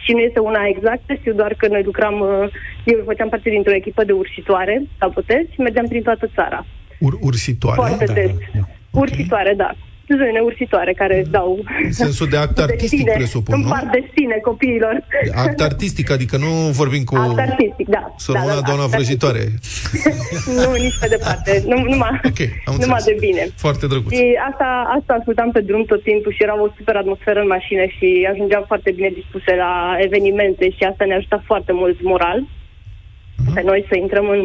Speaker 16: și nu este una exactă, știu doar că noi lucram, uh, eu făceam parte dintr-o echipă de ursitoare, capotezi, și mergeam prin toată țara.
Speaker 4: Ur- ursitoare?
Speaker 16: Foarte da, des. Da, da. Okay. Ursitoare, da. Zone ursitoare care da. dau...
Speaker 4: În Mm. sensul de act artistic, destine, presupun,
Speaker 16: nu? Împart destine copiilor.
Speaker 4: Act artistic, adică nu vorbim cu...
Speaker 16: Act artistic, da.
Speaker 4: Săruna da, da, doamna vrăjitoare.
Speaker 16: nu, nici pe departe. Nu, numai, okay, numai de bine.
Speaker 4: Foarte drăguț.
Speaker 16: Și asta, asta ascultam pe drum tot timpul și era o super atmosferă în mașină și ajungeam foarte bine dispuse la evenimente și asta ne ajuta foarte mult moral.
Speaker 4: Mhm.
Speaker 16: Uh-huh. Pe noi să intrăm în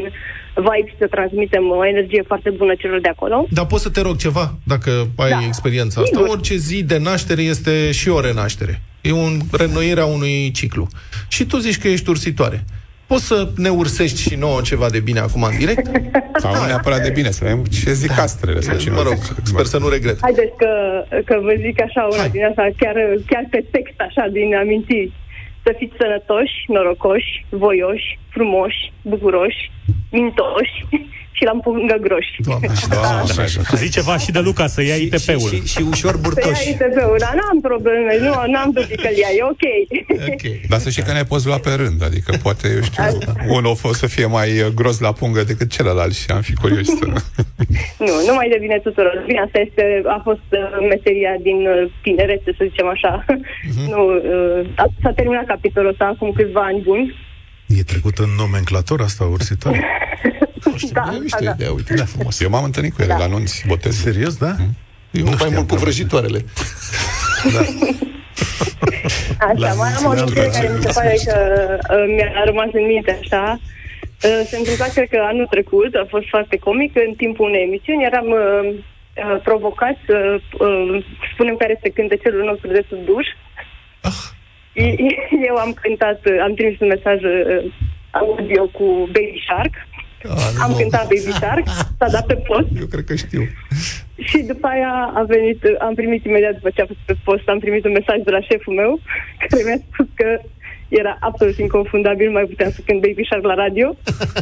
Speaker 16: vibe și să transmitem o energie foarte bună celor de acolo.
Speaker 4: Dar poți să te rog ceva, dacă ai da. experiența asta. Sigur. Orice zi de naștere este și o renaștere. E un renoirea unui ciclu. Și tu zici că ești ursitoare. Poți să ne ursești și nouă ceva de bine acum în direct?
Speaker 2: Sau nu neapărat de bine, să vedem ce zic da. astrele. Sau cine
Speaker 4: mă rog, sper să nu regret.
Speaker 16: Haideți că, că vă zic așa una Hai. din asta, chiar, chiar pe text așa, din amintiri să fiți sănătoși, norocoși, voioși, frumoși, bucuroși, mintoși și la pungă groși.
Speaker 7: Doamne, doamne, doamne. Zici ceva și de Luca să ia și, ITP-ul.
Speaker 5: Și, și, și ușor burtoși.
Speaker 16: Să Păi ia ITP-ul, dar n-am probleme, nu, n-am de că ia, e ok.
Speaker 2: okay. Dar să știi că ne poți lua pe rând, adică poate, eu știu, unul o să fie mai uh, gros la pungă decât celălalt și am fi curioși să...
Speaker 16: nu, nu mai devine tuturor. Bine, asta este, a fost uh, meseria din uh, tinerețe, să zicem așa. Mm-hmm. Nu, a, s-a terminat capitolul ăsta acum câțiva ani buni.
Speaker 3: E trecut în nomenclatură asta ursitoare?
Speaker 2: Nu știu, da, nu știu da, idee, uite, da, frumos. Eu m-am întâlnit cu ele da. la anunți botez.
Speaker 3: Serios, da? Mm?
Speaker 4: Eu nu mai mult cu vrăjitoarele. da.
Speaker 16: uh, Așa, mai am o lucrare care mi se pare că mi-a rămas în minte așa. Uh, Se întâmpla, cred că anul trecut, a fost foarte comic, în timpul unei emisiuni eram uh, uh, provocat să uh, spunem care este cântecelul nostru de sub duș. I- i- Eu am cântat, uh, am trimis un mesaj uh, audio cu Baby Shark. am cântat Baby Shark, s-a dat pe post.
Speaker 2: Eu cred că știu.
Speaker 16: Și după aia a venit, am primit imediat după ce a fost pe post, am primit un mesaj de la șeful meu care mi-a spus că era absolut inconfundabil, mai puteam să cânt Baby Shark la radio.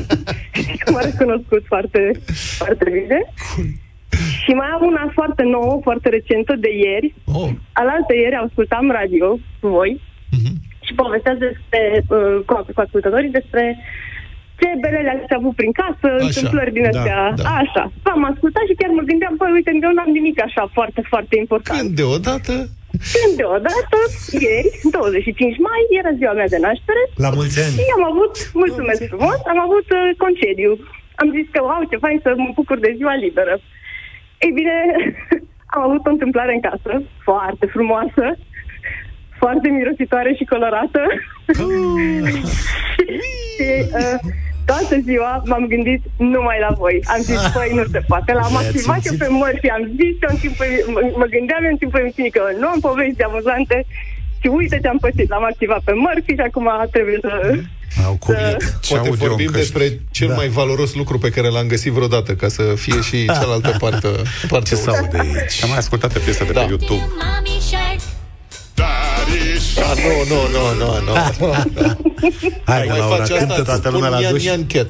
Speaker 16: și că m-a recunoscut foarte, foarte bine. Și mai am una foarte nouă, foarte recentă, de ieri.
Speaker 2: Oh.
Speaker 16: Alaltă ieri ascultam radio cu voi și povesteați despre, uh, cu, cu ascultătorii despre ce belele ați avut prin casă,
Speaker 17: Așa,
Speaker 16: așa, întâmplări din
Speaker 17: da,
Speaker 16: astea.
Speaker 17: da.
Speaker 16: Așa. V-am ascultat și chiar mă gândeam, băi, uite, eu n-am nimic așa foarte, foarte important.
Speaker 4: Când deodată...
Speaker 16: Când deodată, ieri, 25 mai, era ziua mea de naștere.
Speaker 5: La mulți ani.
Speaker 16: Și am avut, mulțumesc frumos, am avut uh, concediu. Am zis că, wow, ce fain să mă bucur de ziua liberă. Ei bine, am avut o întâmplare în casă, foarte frumoasă, foarte mirositoare și colorată. și uh, toată ziua m-am gândit numai la voi. Am zis, păi, nu se poate. L-am
Speaker 17: Le-ați
Speaker 16: activat eu
Speaker 17: simțit?
Speaker 16: pe mări și am zis eu în timpul, m- mă gândeam eu în timpul emisiunii că nu am povești de amuzante și uite ce am pățit. L-am activat pe Murphy și acum trebuie să...
Speaker 4: Poate vorbim despre
Speaker 2: Da.
Speaker 4: cel mai valoros lucru pe care l-am găsit vreodată, ca să fie și cealaltă parte. parte Ce
Speaker 2: s-aude aici? Am mai ascultat pe piesa de da. pe YouTube.
Speaker 4: Da, nu, nu, nu, nu, nu.
Speaker 3: Hai,
Speaker 4: mai
Speaker 3: Laura,
Speaker 4: face
Speaker 3: cântă
Speaker 4: asta,
Speaker 3: toată
Speaker 4: îți
Speaker 3: lumea
Speaker 4: spun
Speaker 3: la
Speaker 4: Ian,
Speaker 3: duș.
Speaker 4: Ian Cat.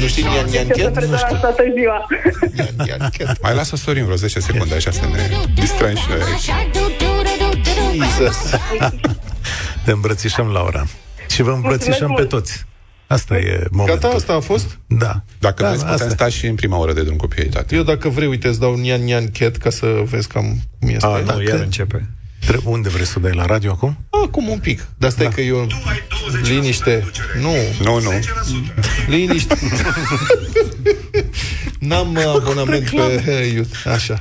Speaker 4: Nu știi Ian Ian
Speaker 16: să
Speaker 4: Cat? Nu
Speaker 16: prezentați toată ziua.
Speaker 2: Mai lasă Sorin vreo 10 secunde așa să ne distrăm și noi.
Speaker 3: Te îmbrățișăm, Laura. Și vă îmbrățișăm pe
Speaker 2: mult.
Speaker 3: toți. Asta e momentul.
Speaker 4: Gata, asta a fost?
Speaker 3: Da.
Speaker 2: Dacă
Speaker 3: Da,
Speaker 2: vreți, putem
Speaker 3: asta e.
Speaker 2: sta și în prima oră de drum cu prioritate.
Speaker 4: Eu dacă vrei, uite, îți dau un Ian Ian Cat ca să vezi cam cum este.
Speaker 3: A, da, că- Tre- Unde vrei să dai la radio acum?
Speaker 4: Acum un pic. Dar stai da. că eu... Liniște. Nu.
Speaker 2: Nu, nu.
Speaker 4: Liniște. N-am uh, abonament pe uh, YouTube. Așa.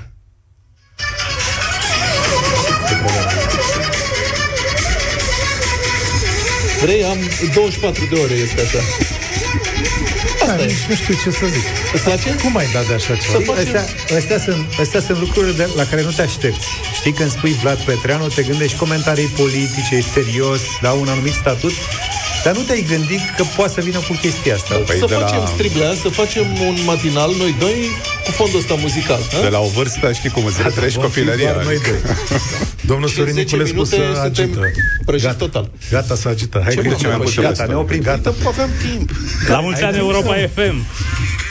Speaker 4: Vrei, am 24 de ore este așa.
Speaker 3: Da, nici nu știu ce să zic.
Speaker 4: Îți place?
Speaker 3: Cum ai dat de așa ceva?
Speaker 5: Știi, Astea, astea, sunt, astea sunt lucruri de, la care nu te aștepți. Știi, când spui Vlad Petreanu, te gândești comentarii politice, ești serios, da, un anumit statut, dar nu te-ai gândit că poate să vină cu chestia asta.
Speaker 2: Păi
Speaker 4: să facem la... striblea, să facem un matinal noi doi cu fondul ăsta muzical. da? a?
Speaker 2: De la o vârstă știi cum îți retreci
Speaker 3: Da. vom fi
Speaker 2: copilăria.
Speaker 3: doar noi
Speaker 2: adică.
Speaker 3: doi. Domnul
Speaker 4: Și
Speaker 3: Sorin
Speaker 4: în 10
Speaker 3: Niculescu să
Speaker 4: minute suntem
Speaker 3: agită.
Speaker 4: Prăjit total.
Speaker 3: Gata să agită. Hai,
Speaker 4: Ce
Speaker 3: că
Speaker 4: bun,
Speaker 3: ce
Speaker 4: am
Speaker 3: am
Speaker 4: pus
Speaker 3: gata,
Speaker 4: restul.
Speaker 3: ne oprim.
Speaker 4: Gata, aveam timp.
Speaker 7: La mulți ani, Europa FM.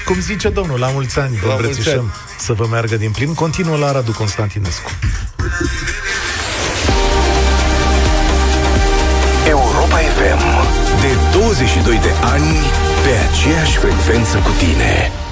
Speaker 3: Cum zice domnul, la mulți ani, vă
Speaker 4: La mulți ani.
Speaker 3: îmbrățișăm să vă meargă din plin. Continuă la Radu Constantinescu.
Speaker 1: Europa FM. De 22 de ani pe aceeași frecvență cu tine.